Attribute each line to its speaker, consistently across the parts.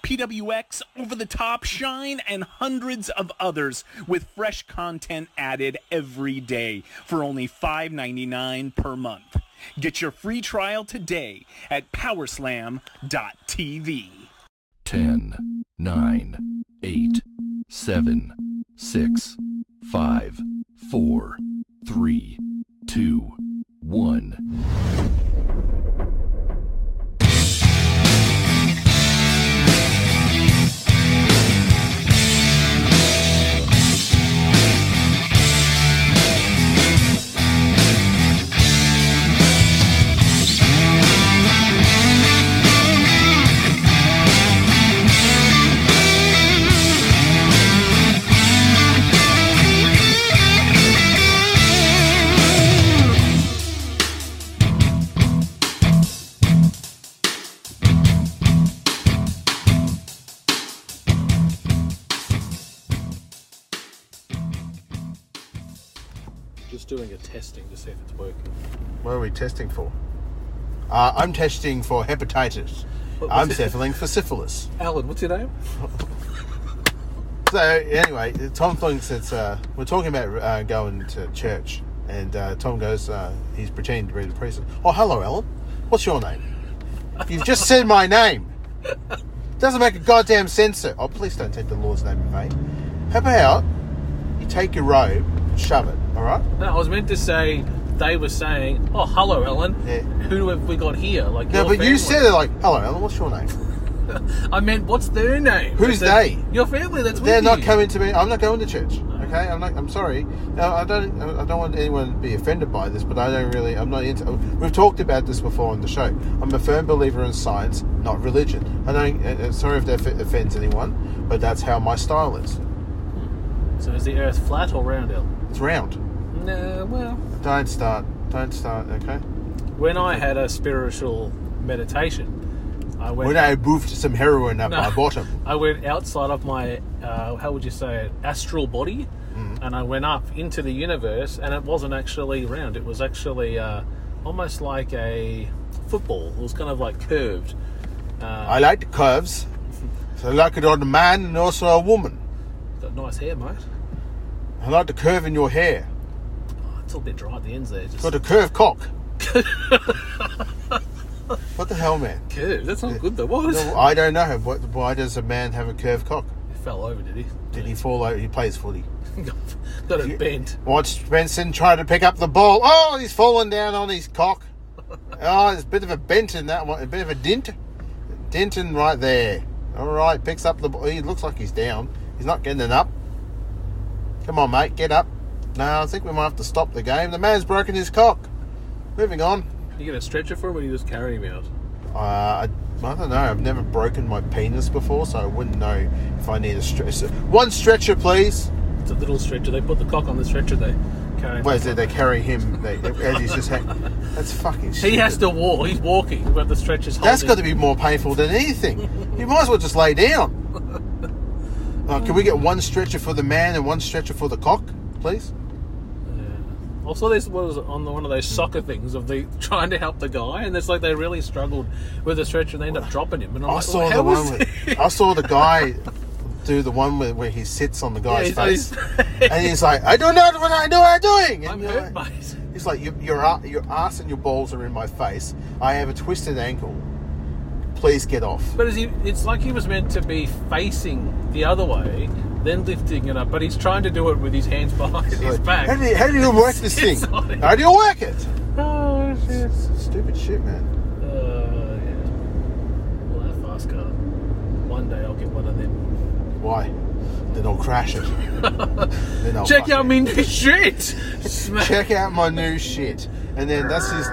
Speaker 1: PWX, Over the Top, Shine, and hundreds of others with fresh content added every day for only $5.99 per month. Get your free trial today at powerslam.tv.
Speaker 2: 10, 9, 8, 7, 6, 5, 4, 3, 2, 1.
Speaker 3: Just doing a testing to see if it's working.
Speaker 4: What are we testing for? Uh, I'm testing for hepatitis.
Speaker 3: What was
Speaker 4: I'm
Speaker 3: it?
Speaker 4: settling for syphilis.
Speaker 3: Alan, what's your name?
Speaker 4: So anyway, Tom thinks it's uh, we're talking about uh, going to church, and uh, Tom goes, uh, he's pretending to be the priest. Oh, hello, Ellen. What's your name? You've just said my name. Doesn't make a goddamn sense. Sir. Oh, please don't take the Lord's name in vain. How about you take your robe, shove it, all right?
Speaker 3: No, I was meant to say they were saying, "Oh, hello, Ellen.
Speaker 4: Yeah.
Speaker 3: Who have we got here?" Like,
Speaker 4: No,
Speaker 3: your
Speaker 4: but you
Speaker 3: family.
Speaker 4: said it like, hello, Ellen. What's your name?
Speaker 3: I meant, what's their name?
Speaker 4: Who's
Speaker 3: I said,
Speaker 4: they?
Speaker 3: Your family. That's
Speaker 4: They're
Speaker 3: with
Speaker 4: not
Speaker 3: you.
Speaker 4: coming to me. I'm not going to church. Okay, I'm not. I'm sorry. No, I don't. I don't want anyone to be offended by this, but I don't really. I'm not into. We've talked about this before on the show. I'm a firm believer in science, not religion. I don't. uh, uh, Sorry if that f- offends anyone, but that's how my style is.
Speaker 3: So is the Earth flat or round, Ellen?
Speaker 4: It's round.
Speaker 3: No, well,
Speaker 4: Don't start. Don't start. Okay.
Speaker 3: when I had a spiritual meditation, I went.
Speaker 4: When I moved some heroin up
Speaker 3: No.
Speaker 4: my bottom,
Speaker 3: I went outside of my, uh, how would you say it, astral body,
Speaker 4: Mm-hmm.
Speaker 3: and I went up into the universe, and it wasn't actually round. It was actually uh, almost like a football. It was kind of like curved.
Speaker 4: I like the curves. So I like it on a man and also a woman.
Speaker 3: Got nice hair, mate.
Speaker 4: I like the curve in your hair.
Speaker 3: Oh, it's a little bit dry at the ends there. Just
Speaker 4: Got a curved cock. what the hell, man?
Speaker 3: curved. That's not good though. What?
Speaker 4: No, I don't know. What, why does a man have a curved cock?
Speaker 3: He fell over, did he?
Speaker 4: Did he fall over? He plays footy.
Speaker 3: Got it bent.
Speaker 4: Watch Benson try to pick up the ball. Oh, he's fallen down on his cock. Oh, there's a bit of a bent in that one. A bit of a dint. Dent in right there. All right, picks up the ball. He looks like he's down. He's not getting up. Come on, mate, get up. No, I think we might have to stop the game. The man's broken his cock. Moving on.
Speaker 3: You gonna stretch it for him, or you just carry him out?
Speaker 4: Uh, I, I don't know. I've never broken my penis before, so I wouldn't know if I need a stretch. One stretcher, please.
Speaker 3: It's a little stretcher. They put the cock on the stretcher. They carry. Him
Speaker 4: Where's it? They carry him they, as he's just hang- That's fucking stupid.
Speaker 3: He has to walk. He's walking, but the stretcher's holding.
Speaker 4: That's got to be more painful than anything. You might as well just lay down. Uh, can we get one stretcher for the man and one stretcher for the cock, please?
Speaker 3: Yeah. Also, this was on the, one of those soccer things of the trying to help the guy, and it's like they really struggled with the stretcher, and they end up dropping him. And I'm
Speaker 4: I
Speaker 3: like,
Speaker 4: saw
Speaker 3: how
Speaker 4: the one.
Speaker 3: was
Speaker 4: With, I saw the guy do the one where, where he sits on the guy's
Speaker 3: Yeah, he's-
Speaker 4: face, and he's like, "I don't know what I know I'm doing." And
Speaker 3: I'm
Speaker 4: you're
Speaker 3: hurt,
Speaker 4: like-
Speaker 3: mate.
Speaker 4: It's like your your ar- your ass and your balls are in my face. I have a twisted ankle. Please get off.
Speaker 3: But is he, it's like he was meant to be facing the other way, then lifting it up, but he's trying to do it with his hands behind his
Speaker 4: How
Speaker 3: back.
Speaker 4: do you, how do you work this thing?
Speaker 3: It's on it.
Speaker 4: How do you work it?
Speaker 3: Oh, shit.
Speaker 4: Stupid shit, man.
Speaker 3: Uh, yeah. Well, that fast car. One day I'll get one of them.
Speaker 4: Why? Then I'll crash it. then I'll
Speaker 3: Check
Speaker 4: Oh, fuck
Speaker 3: out
Speaker 4: it.
Speaker 3: my new shit! Smack.
Speaker 4: Check out my new shit. And then that's his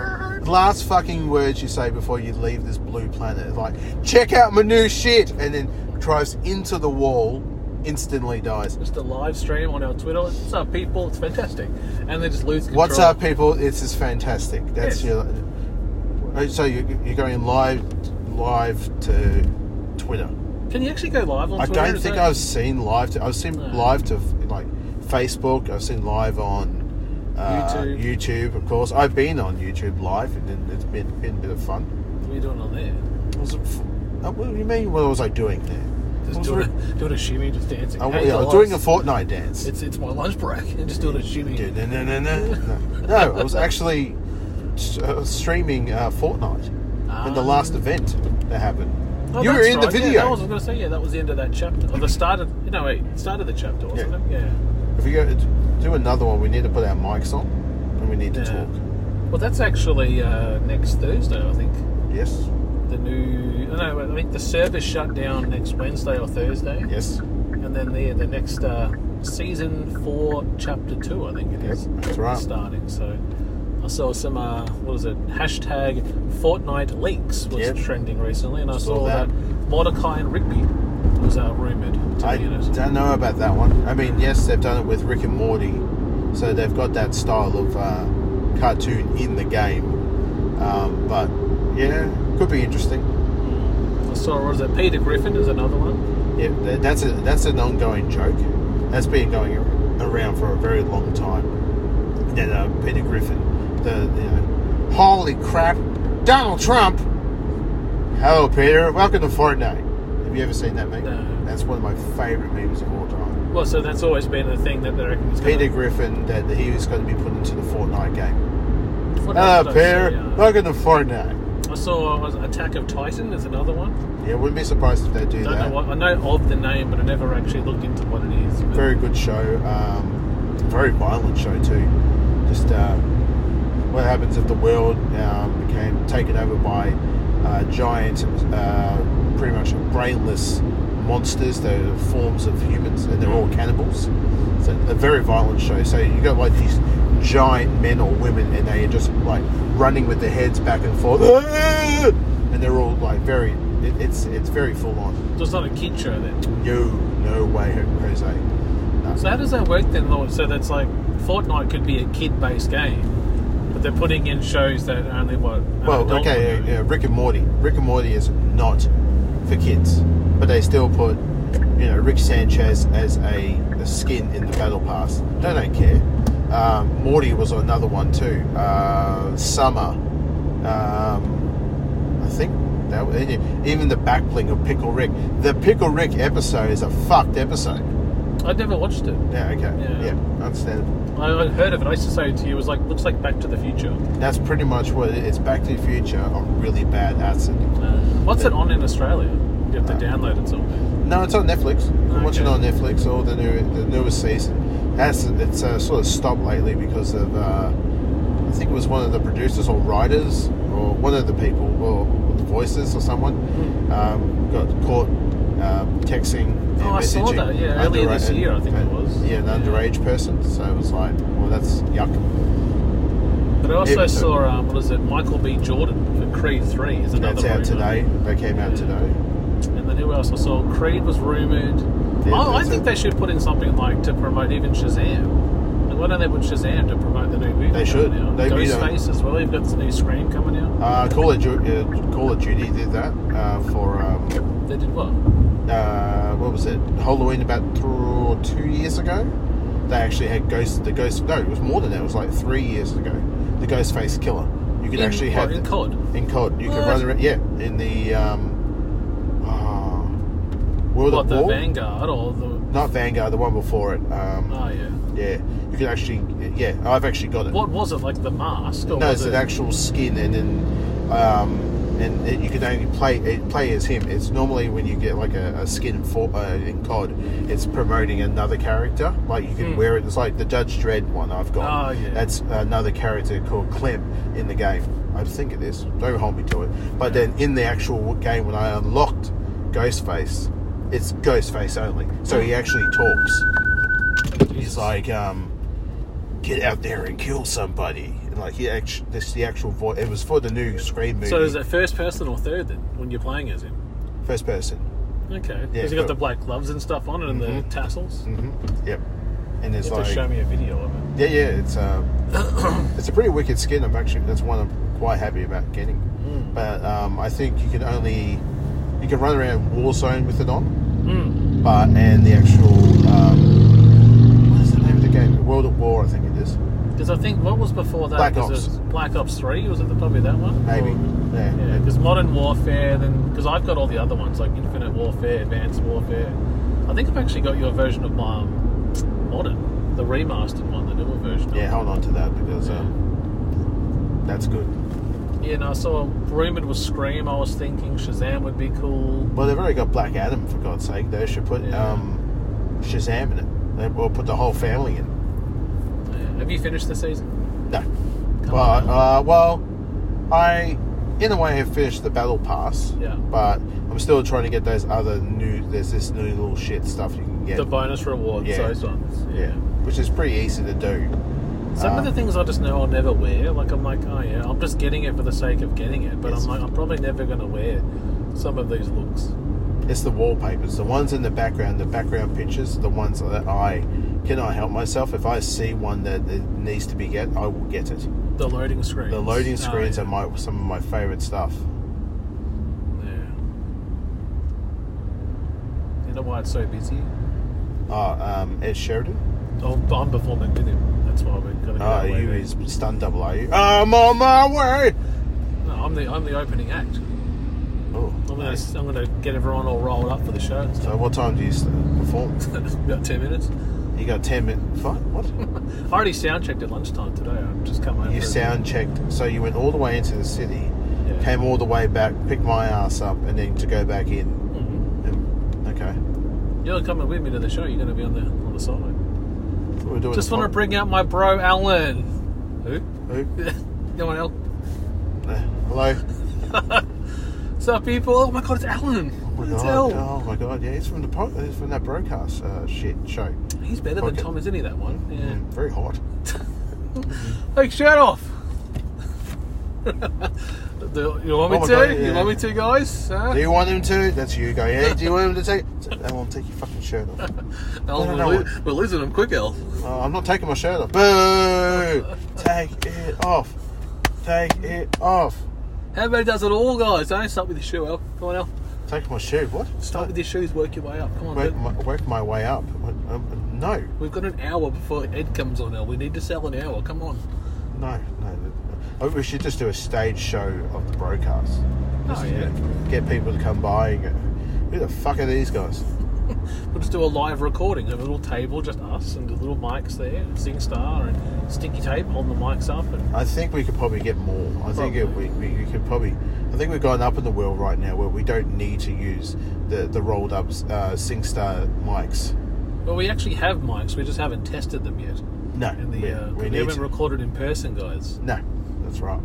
Speaker 4: last fucking words you say before you leave this blue planet. Like, check out my new shit. And then drives into the wall instantly dies.
Speaker 3: Just a live stream on our Twitter. What's up, people? It's fantastic. And they just lose control.
Speaker 4: What's up, people? This is fantastic.
Speaker 3: Yes.
Speaker 4: That's your. Oh, So you, you're going live, live to Twitter.
Speaker 3: Can you actually go live on
Speaker 4: I
Speaker 3: Twitter?
Speaker 4: don't
Speaker 3: Is
Speaker 4: think
Speaker 3: that-
Speaker 4: I've seen live. To, I've seen
Speaker 3: No.
Speaker 4: live to like Facebook. I've seen live on uh,
Speaker 3: YouTube.
Speaker 4: YouTube. of course. I've been on YouTube live, and it- it's been been a bit of fun.
Speaker 3: What are you doing on there?
Speaker 4: Was it? f- uh, What do you mean? What was I doing there?
Speaker 3: Just
Speaker 4: Was
Speaker 3: doing,
Speaker 4: it-
Speaker 3: a, doing a shimmy, just dancing.
Speaker 4: I,
Speaker 3: Hey,
Speaker 4: yeah, I was
Speaker 3: guys,
Speaker 4: doing a Fortnite dance.
Speaker 3: It's, it's my lunch break. And just doing a shimmy.
Speaker 4: No, no, no, no. no, I was actually s- uh, streaming uh, Fortnite in the
Speaker 3: Ah.
Speaker 4: last event that happened.
Speaker 3: Oh,
Speaker 4: you were
Speaker 3: that's
Speaker 4: in
Speaker 3: right.
Speaker 4: the
Speaker 3: Yeah,
Speaker 4: video.
Speaker 3: that was, I was going to say, yeah, that was the end of that chapter. Or the start of, no, wait, start of the chapter, wasn't
Speaker 4: Yeah.
Speaker 3: it? Yeah.
Speaker 4: If we go to do another one, we need to put our mics on and we need to
Speaker 3: Yeah.
Speaker 4: talk.
Speaker 3: Well, that's actually uh, next Thursday, I think.
Speaker 4: Yes,
Speaker 3: The new, oh, no, I think the servers shut down next Wednesday or Thursday.
Speaker 4: yes.
Speaker 3: And then the, the next uh, season four, chapter two, I think it is.
Speaker 4: Yep, that's right.
Speaker 3: Starting. So I saw some, uh, what is it, hashtag Fortnite leaks was
Speaker 4: Yep.
Speaker 3: trending recently. And I
Speaker 4: Saw
Speaker 3: saw,
Speaker 4: that.
Speaker 3: that. Mordecai and Rigby was uh, rumoured to
Speaker 4: I
Speaker 3: be in it.
Speaker 4: don't know about that one. I mean, yes, they've done it with Rick and Morty, so they've got that style of uh, cartoon in the game. Um, but yeah, could be interesting.
Speaker 3: I saw, what is it, Peter Griffin is another one.
Speaker 4: Yeah, th- that's a that's an ongoing joke. That's been going ar- around for a very long time. And then uh, Peter Griffin, the you know, holy crap, Donald Trump. Hello, Peter. Welcome to Fortnite. Have you ever seen that meme?
Speaker 3: No.
Speaker 4: That's one of my favorite memes of all time.
Speaker 3: Well, so that's always been the thing that they reckon is
Speaker 4: Peter
Speaker 3: gonna-
Speaker 4: Griffin that he was going to be put into the Fortnite game.
Speaker 3: What
Speaker 4: Ah,
Speaker 3: else did I
Speaker 4: Peter,
Speaker 3: see? Uh,
Speaker 4: welcome to Fortnite.
Speaker 3: I saw was it Attack of Titan is another one.
Speaker 4: Yeah, wouldn't be surprised if they do
Speaker 3: Don't
Speaker 4: that.
Speaker 3: know what I know of the name, but I never actually looked into what it is. but-
Speaker 4: Very good show. Um, very violent show too. Just uh, what happens if the world um, became taken over by uh, giant, uh, pretty much brainless monsters. They're forms of humans, and they're all cannibals. It's a, a very violent show. So you got like these giant men or women, and they are just like running with their heads back and forth, and they're all like very. It, it's it's very full on.
Speaker 3: So it's not a kid show then.
Speaker 4: No, no way, Jose. No.
Speaker 3: So how does that work then, Lord? So that's like Fortnite could be a kid-based game, but they're putting in shows that are only what. an
Speaker 4: Well,
Speaker 3: adult
Speaker 4: okay,
Speaker 3: would
Speaker 4: yeah,
Speaker 3: do.
Speaker 4: yeah, Rick and Morty. Rick and Morty is not for kids, but they still put, you know, Rick Sanchez as a, a skin in the battle pass. They don't care. Um, Morty was another one too. Uh, Summer, um, I think that was, even the backbling of Pickle Rick. The Pickle Rick episode is a fucked episode.
Speaker 3: I'd never watched it.
Speaker 4: Yeah, okay, yeah,
Speaker 3: Yeah.
Speaker 4: understandable.
Speaker 3: I I heard of it. I used to say to you, it was like looks like Back to the Future.
Speaker 4: That's pretty much what it is. Back to the Future on really bad acid.
Speaker 3: what's it on in Australia? You
Speaker 4: Uh,
Speaker 3: have to download it somewhere.
Speaker 4: No, it's on Netflix. I'm
Speaker 3: Okay.
Speaker 4: watching it on Netflix, all the new the newest season. That's it's uh, sort of stopped lately because of uh, I think it was one of the producers or writers or one of the people or the voices or someone um, got caught um, texting. And
Speaker 3: Hmm. Oh, I saw
Speaker 4: messaging
Speaker 3: that, yeah, earlier this
Speaker 4: underage-
Speaker 3: year, I think it was.
Speaker 4: Yeah, an
Speaker 3: Yeah.
Speaker 4: underage person. So it was like, well, that's yuck.
Speaker 3: But I also
Speaker 4: Yeah, so-
Speaker 3: saw um, what is it? Michael B. Jordan for Creed Three is another.
Speaker 4: That's out
Speaker 3: rumour.
Speaker 4: today. They came out today.
Speaker 3: And then who else I saw? Creed was rumored.
Speaker 4: Yeah,
Speaker 3: I, I
Speaker 4: that's
Speaker 3: think
Speaker 4: it.
Speaker 3: they should put in something like to promote even Shazam. Like, why don't they put Shazam to promote the new movie?
Speaker 4: They should.
Speaker 3: coming out?
Speaker 4: They be the-
Speaker 3: Ghostface as well. You've got the new Scream coming out.
Speaker 4: Uh, Call of Duty, uh, Call of Duty did that uh, for. Um,
Speaker 3: They did what?
Speaker 4: uh, what was it Halloween about th- two years ago. They actually had ghost the ghost. No, it was more than that. It was like three years ago. The Ghostface Killer. You could
Speaker 3: In-
Speaker 4: actually
Speaker 3: what,
Speaker 4: have
Speaker 3: in
Speaker 4: the-
Speaker 3: COD?
Speaker 4: In COD, you could
Speaker 3: What?
Speaker 4: run around. Yeah, in the um, oh, World
Speaker 3: What
Speaker 4: of
Speaker 3: the
Speaker 4: War.
Speaker 3: Vanguard or the?
Speaker 4: Not Vanguard, the one before it. Um,
Speaker 3: Oh yeah.
Speaker 4: Yeah, you could actually. Yeah, I've actually got it.
Speaker 3: What was it like? The mask? Or
Speaker 4: No,
Speaker 3: was
Speaker 4: it's
Speaker 3: it
Speaker 4: an actual skin, and then um, and it, you can only play it, play as him. It's normally when you get like a, a skin in, for, uh, in COD, it's promoting another character. Like you can wear it. It's like the Judge Dredd one I've got.
Speaker 3: Hmm. Oh, yeah.
Speaker 4: That's another character called Clem in the game. I think it is. Don't hold me to it. But then in the actual game, when I unlocked Ghostface, it's Ghostface only. So
Speaker 3: Hmm.
Speaker 4: he actually talks. He's like, um, get out there and kill somebody. And like he actually, this the actual voice. It was for the new Scream movie.
Speaker 3: So is it first person or third then when you're playing as him?
Speaker 4: first person?
Speaker 3: Okay.
Speaker 4: Yeah,
Speaker 3: Has he got
Speaker 4: cool.
Speaker 3: the black gloves and stuff on it and the tassels?
Speaker 4: Mm-hmm. Yep. And there's
Speaker 3: You have
Speaker 4: like
Speaker 3: to show me a video of it.
Speaker 4: yeah, yeah, it's um, it's a pretty wicked skin. I'm actually that's one I'm quite happy about getting.
Speaker 3: Mm.
Speaker 4: But um, I think you can only you can run around Warzone with it on.
Speaker 3: Mm.
Speaker 4: But and the actual um, what is the name of the game? World at War, I think it is.
Speaker 3: Because I think what was before that
Speaker 4: Black
Speaker 3: was
Speaker 4: Ops.
Speaker 3: it Black Ops Three. Was it the, probably that one?
Speaker 4: Maybe.
Speaker 3: Or-
Speaker 4: Yeah.
Speaker 3: yeah. Because Modern Warfare, then because I've got all the other ones like Infinite Warfare, Advanced Warfare. I think I've actually got your version of my um, Modern, the remastered one, the newer version. of
Speaker 4: Yeah,
Speaker 3: it.
Speaker 4: hold on to that because um, that's good.
Speaker 3: Yeah, and I saw rumored was Scream. I was thinking Shazam would be cool.
Speaker 4: Well, they've already got Black Adam for God's sake. They should put
Speaker 3: Yeah.
Speaker 4: um, Shazam in it. They will put the whole family in. it.
Speaker 3: Yeah. Have you finished the season?
Speaker 4: No. But uh, well, I in a way have finished the battle pass.
Speaker 3: Yeah.
Speaker 4: But I'm still trying to get those other new. There's this new little shit stuff you can get.
Speaker 3: The bonus rewards,
Speaker 4: Yeah.
Speaker 3: those ones.
Speaker 4: yeah. Which is pretty easy to do.
Speaker 3: Some
Speaker 4: Um,
Speaker 3: of the things I just know I'll never wear. Like I'm like, oh yeah, I'm just getting it for the sake of getting it. But
Speaker 4: Yes.
Speaker 3: I'm like, I'm probably never gonna wear some of these looks.
Speaker 4: It's the wallpapers, the ones in the background, the background pictures, the ones that I cannot help myself. If I see one that it needs to be get, I will get it.
Speaker 3: The loading screens.
Speaker 4: The loading screens
Speaker 3: Oh,
Speaker 4: are my some of my favorite stuff.
Speaker 3: yeah. yeah. You know why it's so busy?
Speaker 4: Oh, um, Ed Sheridan.
Speaker 3: Oh, but I'm performing with him. That's why we're gonna.
Speaker 4: Oh,
Speaker 3: go
Speaker 4: you is stun double, are you? I'm on my way.
Speaker 3: No, I'm the I'm the opening act.
Speaker 4: Oh,
Speaker 3: I'm gonna
Speaker 4: nice.
Speaker 3: I'm gonna get everyone all rolled up for the show. and stuff.
Speaker 4: So what time do you st- perform?
Speaker 3: About ten minutes.
Speaker 4: You got ten minutes. What? What?
Speaker 3: I already sound checked at lunchtime today. I've just come over.
Speaker 4: You sound checked. So you went all the way into the city,
Speaker 3: Yeah.
Speaker 4: came all the way back, picked my ass up, and then to go back in.
Speaker 3: Mhm.
Speaker 4: And- Okay.
Speaker 3: You're coming with me to the show. You're gonna be on the on the side.
Speaker 4: So we're doing
Speaker 3: Just
Speaker 4: a
Speaker 3: want to
Speaker 4: pop-
Speaker 3: bring out my bro Alan. Who?
Speaker 4: Who?
Speaker 3: no one else.
Speaker 4: Uh, Hello.
Speaker 3: What's up, people? Oh my god, it's Alan. What
Speaker 4: Oh,
Speaker 3: the hell?
Speaker 4: oh my god! Yeah, he's from the pro- he's from that broadcast uh, shit show.
Speaker 3: He's better than
Speaker 4: Okay. Mm.
Speaker 3: Tom, isn't he? That one. Yeah.
Speaker 4: Very hot.
Speaker 3: Take shirt off. Do you want me
Speaker 4: Oh my
Speaker 3: to?
Speaker 4: God, yeah.
Speaker 3: You want me to, guys? Huh?
Speaker 4: Do you want him to? That's you. Go. Yeah. Do you want him to take? I won't take your fucking shirt off.
Speaker 3: Alan,
Speaker 4: No, no,
Speaker 3: we're,
Speaker 4: no.
Speaker 3: lo- we're losing him quick, Al.
Speaker 4: Oh, I'm not taking my shirt off. Boo! Take it off. Take it off.
Speaker 3: Everybody does it all, guys. Don't start with your shoe, Al. Come on, Al.
Speaker 4: Take my shoe. What?
Speaker 3: Start with your shoes. Work your way up. Come on.
Speaker 4: Work
Speaker 3: dude.
Speaker 4: my, work my way up. What? Um, no,
Speaker 3: We've got an hour before Ed comes on, Al. We need to sell an hour. Come on.
Speaker 4: no, no. Oh, We should just do a stage show of the broadcast.
Speaker 3: Oh yeah.
Speaker 4: Get people to come by and go, who the fuck are these guys?
Speaker 3: We'll just do a live recording of a little table, just us and the little mics there, SingStar and sticky tape holding the mics up. And
Speaker 4: I think we could probably get more. I think it, we,
Speaker 3: Probably.
Speaker 4: we, we could probably. I think we've gone up in the world right now where we don't need to use the, the rolled up uh, SingStar mics.
Speaker 3: well, we actually have mics, we just haven't tested them yet.
Speaker 4: No,
Speaker 3: And the
Speaker 4: we,
Speaker 3: uh,
Speaker 4: we
Speaker 3: we,
Speaker 4: need
Speaker 3: haven't
Speaker 4: to.
Speaker 3: recorded in person, guys.
Speaker 4: no, that's right.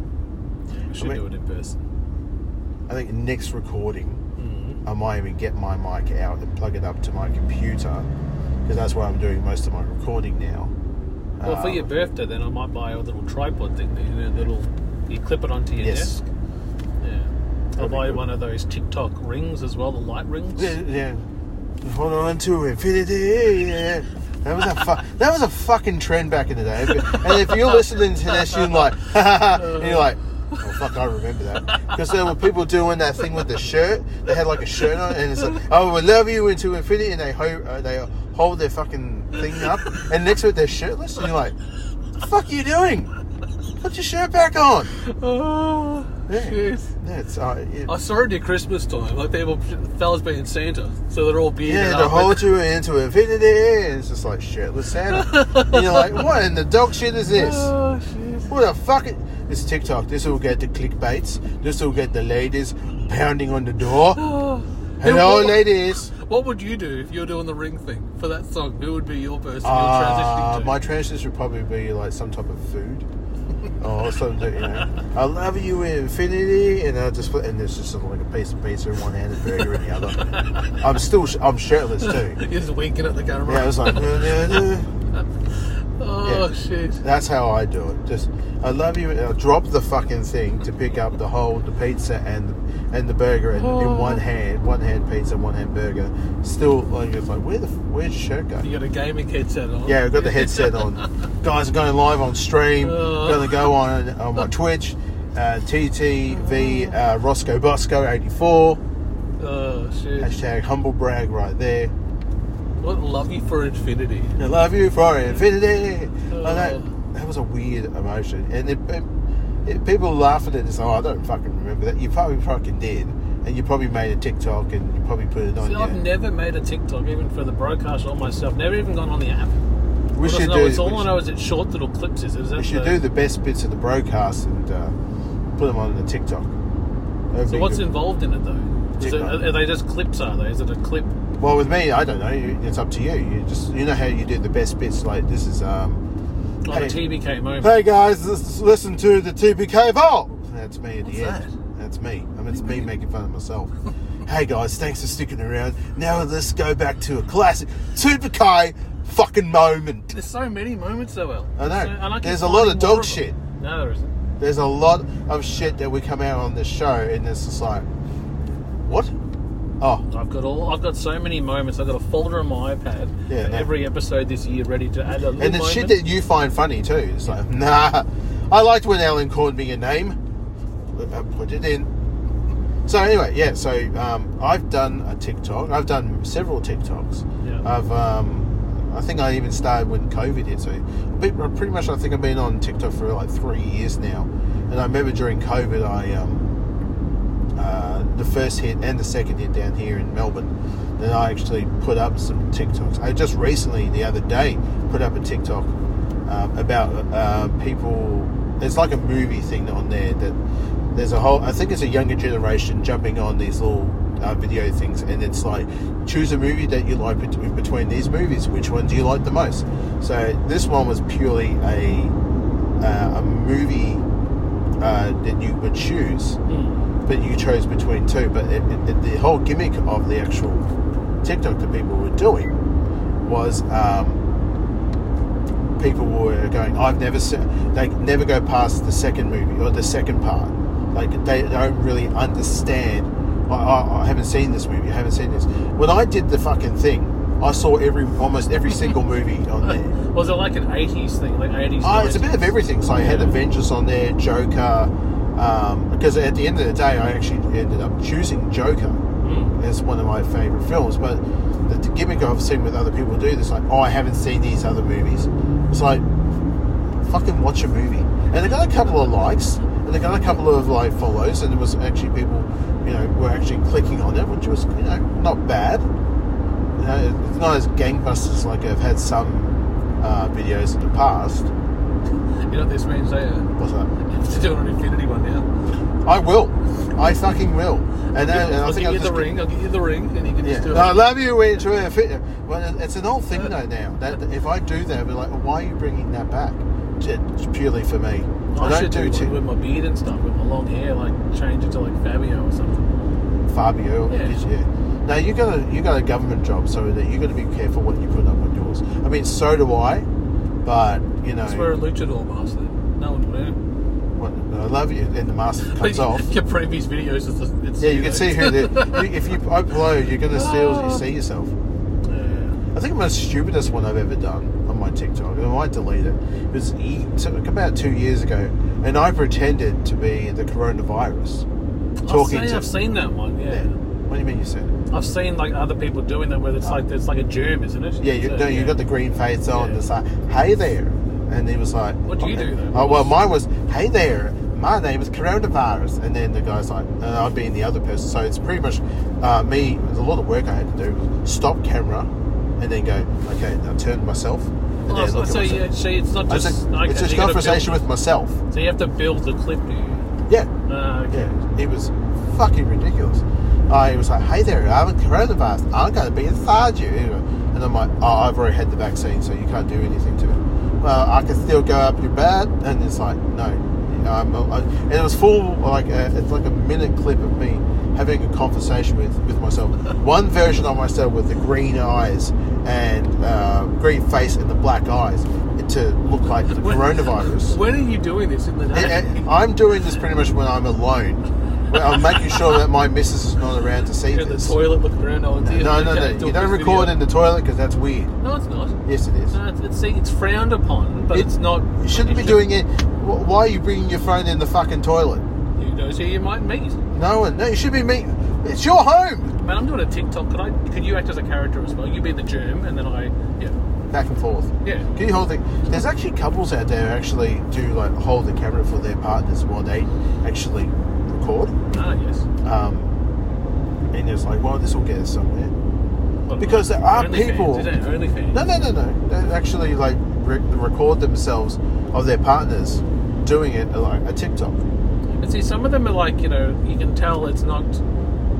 Speaker 3: We should
Speaker 4: mean-
Speaker 3: do it in person.
Speaker 4: I think next
Speaker 3: Mm-hmm.
Speaker 4: recording, I might even get my mic out and plug it up to my computer because that's where I'm doing most of my recording now.
Speaker 3: Well,
Speaker 4: Uh,
Speaker 3: for your birthday, then I might buy a little tripod thing. that You know, little you clip it onto your
Speaker 4: Yes.
Speaker 3: desk. Yeah. I'll
Speaker 4: be
Speaker 3: buy
Speaker 4: good.
Speaker 3: one of those TikTok rings as well, the light rings.
Speaker 4: Yeah, yeah. Hold on to infinity. Yeah. That was a fu- that was a fucking trend back in the day. And if you're listening to this, you're like, and you're like, oh fuck, I remember that because there were people doing that thing with the shirt. They had like a shirt on, and it's like, I will love you into infinity, and they ho- uh, they hold their fucking thing up, and next to it they're shirtless, and you're like, the fuck are you doing? Put your shirt back on.
Speaker 3: Oh,
Speaker 4: Yeah.
Speaker 3: shit.
Speaker 4: That's uh, yeah.
Speaker 3: I saw it at Christmas time. Like, people, fellas being Santa. So they're all bearded up
Speaker 4: Yeah, to
Speaker 3: and-
Speaker 4: hold you into infinity, and it's just like shirtless Santa. and you're like, what in the dog shit is this?
Speaker 3: Oh, shit.
Speaker 4: What the fuck? i- This TikTok. This will get the clickbaits. This will get the ladies pounding on the door. Hello,
Speaker 3: Who-
Speaker 4: ladies.
Speaker 3: What would you do if you were doing the ring thing for that song? Who would be your person you're transitioning
Speaker 4: Uh,
Speaker 3: to?
Speaker 4: my transition would probably be like some type of food. or something, you know. I love you in infinity, and I just put, and there's just like a piece of pizza in one hand, and burger in the other. I'm still, sh- I'm shirtless too.
Speaker 3: You're just winking at the camera.
Speaker 4: Yeah, I was like, "Uh, uh, uh."
Speaker 3: Oh
Speaker 4: Yeah.
Speaker 3: shit.
Speaker 4: That's how I do it. Just I love you. and I'll drop the fucking thing to pick up the whole the pizza and the, and the burger in, in one hand, one hand pizza, one hand burger. Still like it's like where the f- where's your shirt go?
Speaker 3: You got a gaming headset on.
Speaker 4: Yeah, I've got the headset on. Guys, I'm going live on stream. Going to go on on my Twitch, uh, TTV uh, Roscoe Bosco 84
Speaker 3: Oh shit.
Speaker 4: hashtag humble brag right there.
Speaker 3: What love you for infinity.
Speaker 4: I love you for infinity. I
Speaker 3: Oh.
Speaker 4: know that was a weird emotion, and it, it, it, people laugh at it and say, "Oh, I don't fucking remember that." You probably fucking did, and you probably made a TikTok and you probably put it on.
Speaker 3: See,
Speaker 4: your-
Speaker 3: I've never made a TikTok, even for the broadcast or myself. Never even gone on the app.
Speaker 4: we
Speaker 3: All I
Speaker 4: should
Speaker 3: know
Speaker 4: do.
Speaker 3: is- all
Speaker 4: we
Speaker 3: I know is it's short little clips. Is, is that
Speaker 4: We should
Speaker 3: the-
Speaker 4: do the best bits of the broadcast and uh, put them on the TikTok. That'd
Speaker 3: So
Speaker 4: be
Speaker 3: what's
Speaker 4: good.
Speaker 3: involved in it though? Is it,
Speaker 4: TikTok.
Speaker 3: are are they just clips? Are they? Is it a clip?
Speaker 4: Well, with me, I don't know. You- It's up to you. You just you know how you do the best bits. Like this is um,
Speaker 3: Like
Speaker 4: Hey.
Speaker 3: a TBK moment.
Speaker 4: hey guys, let's listen to the TBK vault. That's me at the
Speaker 3: What's
Speaker 4: end. That's me. I mean, it's me making fun of myself. hey guys, thanks for sticking around. Now let's go back to a classic TBK fucking moment.
Speaker 3: There's so many moments though, Al.
Speaker 4: I know.
Speaker 3: So- and keep
Speaker 4: There's a lot
Speaker 3: finding
Speaker 4: of
Speaker 3: more them.
Speaker 4: dog shit.
Speaker 3: No, there isn't.
Speaker 4: There's a lot of shit that we come out on this show, and it's just like, what? Oh,
Speaker 3: I've got all. I've got so many moments. I've got a folder on my iPad.
Speaker 4: Yeah, no.
Speaker 3: Every episode this year, ready to add a little
Speaker 4: And the
Speaker 3: moment.
Speaker 4: shit that you find funny too. It's like, nah. I liked when Alan called me a name. I put it in. So anyway, yeah. So um, I've done a TikTok. I've done several TikToks.
Speaker 3: Yeah.
Speaker 4: I've, um, I think I even started when COVID hit. So, but pretty much, I think I've been on TikTok for like three years now. And I remember during COVID, I um, uh, the first hit and the second hit down here in Melbourne. Then I actually put up some TikToks. I just recently, the other day, put up a TikTok um, about uh, people. It's like a movie thing on there that there's a whole. I think it's a younger generation jumping on these little uh, video things, and it's like choose a movie that you like bet- in between these movies. Which one do you like the most? So this one was purely a uh, a movie uh, that you would choose but you chose between two. But it, it, it- the whole gimmick of the actual TikTok that people were doing was um, people were going, "I've never seen." They never go past the second movie or the second part. Like they don't really understand. I, I, I haven't seen this movie. I haven't seen this. When I did the fucking thing, I saw every almost every single movie on there.
Speaker 3: was it like an 80s thing, like 80s.
Speaker 4: Oh, it's a bit
Speaker 3: 90s?
Speaker 4: of everything. So I had Avengers on there, Joker, um, because at the end of the day, I actually ended up choosing Joker as one of my favorite films. But the, the gimmick I've seen with other people do this, like, oh, I haven't seen these other movies. It's like, fucking watch a movie. And they got a couple of likes, and they got a couple of like follows, and it was actually people, you know, were actually clicking on it, which was, you know, not bad. You know, it's not as gangbusters like I've had some uh, videos in the past.
Speaker 3: You know what this means? They uh,
Speaker 4: What's that?
Speaker 3: have to do an infinity one now.
Speaker 4: I will. I fucking will. And then and I
Speaker 3: I'll give
Speaker 4: think I'll
Speaker 3: you the
Speaker 4: just
Speaker 3: ring. I'll give you the ring, and you can
Speaker 4: Yeah.
Speaker 3: just do it.
Speaker 4: I love you, we're into a fit. Well, it's an old thing though now. That if I do that, we're like, why are you bringing that back? It's purely for me. I,
Speaker 3: I
Speaker 4: don't
Speaker 3: should do
Speaker 4: do
Speaker 3: it
Speaker 4: too
Speaker 3: Oh, with my beard and stuff, with my long hair, like change it to like Fabio or something.
Speaker 4: Fabio.
Speaker 3: Yeah.
Speaker 4: Yeah. Now you got a you got a government job, so that you got to be careful what you put up on yours. I mean, so do I. But you know,
Speaker 3: Just wear a luchador mask then. No one would ever.
Speaker 4: what, I love you, and the mask comes off.
Speaker 3: Your previous videos, it's, just- it's
Speaker 4: Yeah, you can
Speaker 3: know.
Speaker 4: see who the. you- If you upload, you're gonna still you see yourself.
Speaker 3: Yeah.
Speaker 4: I think my stupidest one I've ever done on my TikTok, and I might delete it, was e- took about two years ago, and I pretended to be the coronavirus. Talking
Speaker 3: uh, I've seen,
Speaker 4: to.
Speaker 3: I've seen that one. Yeah.
Speaker 4: Yeah. What do you mean you said? it?
Speaker 3: I've seen like other people doing that, where it's like there's like a germ, isn't it?
Speaker 4: Yeah, you,
Speaker 3: So,
Speaker 4: no, you got the green face on.
Speaker 3: Yeah.
Speaker 4: It's like, hey there, and he was like,
Speaker 3: What do you do, though?
Speaker 4: Oh well, mine was, hey there, my name is coronavirus, and then the guy's like, and I've been the other person, so it's pretty much uh, me. There's a lot of work I had to do. Was stop camera, and then go, okay, now turn myself. And
Speaker 3: Oh,
Speaker 4: then
Speaker 3: so,
Speaker 4: look at
Speaker 3: so
Speaker 4: myself.
Speaker 3: you, so it's not
Speaker 4: It's
Speaker 3: just.
Speaker 4: a,
Speaker 3: okay,
Speaker 4: it's
Speaker 3: so
Speaker 4: just
Speaker 3: you gotta
Speaker 4: conversation
Speaker 3: build-
Speaker 4: with myself.
Speaker 3: So you have to build the clip, do you?
Speaker 4: Yeah,
Speaker 3: Uh, okay.
Speaker 4: yeah. It was fucking ridiculous. I was like, "Hey there, I'm a coronavirus. I'm going to be inside you," and I'm like, "Oh, I've already had the vaccine, so you can't do anything to it." Well, I can still go up your bed, and it's like, no. Um, I, and it was full like a, it's like a minute clip of me having a conversation with, with myself. One version of myself with the green eyes and uh, green face and the black eyes. It to look like the
Speaker 3: When-
Speaker 4: coronavirus.
Speaker 3: When are you doing this in the day?
Speaker 4: Yeah, I'm doing this pretty much when I'm alone. Well, I'm making sure that my missus is not around to see
Speaker 3: You're in the
Speaker 4: this.
Speaker 3: toilet looking around. Oh, dear,
Speaker 4: no, no,
Speaker 3: okay,
Speaker 4: no.
Speaker 3: do
Speaker 4: You
Speaker 3: this
Speaker 4: don't record
Speaker 3: video.
Speaker 4: in the toilet because that's weird.
Speaker 3: No, it's not.
Speaker 4: Yes, it is.
Speaker 3: No, it's, it's, see, it's frowned upon, but
Speaker 4: It-
Speaker 3: it's not.
Speaker 4: You shouldn't be doing it. Wh- Why are you bringing your phone in the fucking toilet?
Speaker 3: Who knows who you might meet?
Speaker 4: No one. No, you should be me. It's your home.
Speaker 3: Man, I'm doing a TikTok. Could I? Could you act as a character as well? You be the germ, and then I. Yeah,
Speaker 4: Back and forth.
Speaker 3: yeah.
Speaker 4: Can you hold the? There's actually couples out there who actually do like hold the camera for their partners while they actually record.
Speaker 3: Ah, yes.
Speaker 4: Um, and it's like, well, this will get us somewhere.
Speaker 3: What,
Speaker 4: Because there are
Speaker 3: OnlyFans,
Speaker 4: people-
Speaker 3: Is it OnlyFans?
Speaker 4: No, no, no, no. They actually like re- record themselves of their partners doing it like a TikTok.
Speaker 3: But see, some of them are like, you know, you can tell it's not,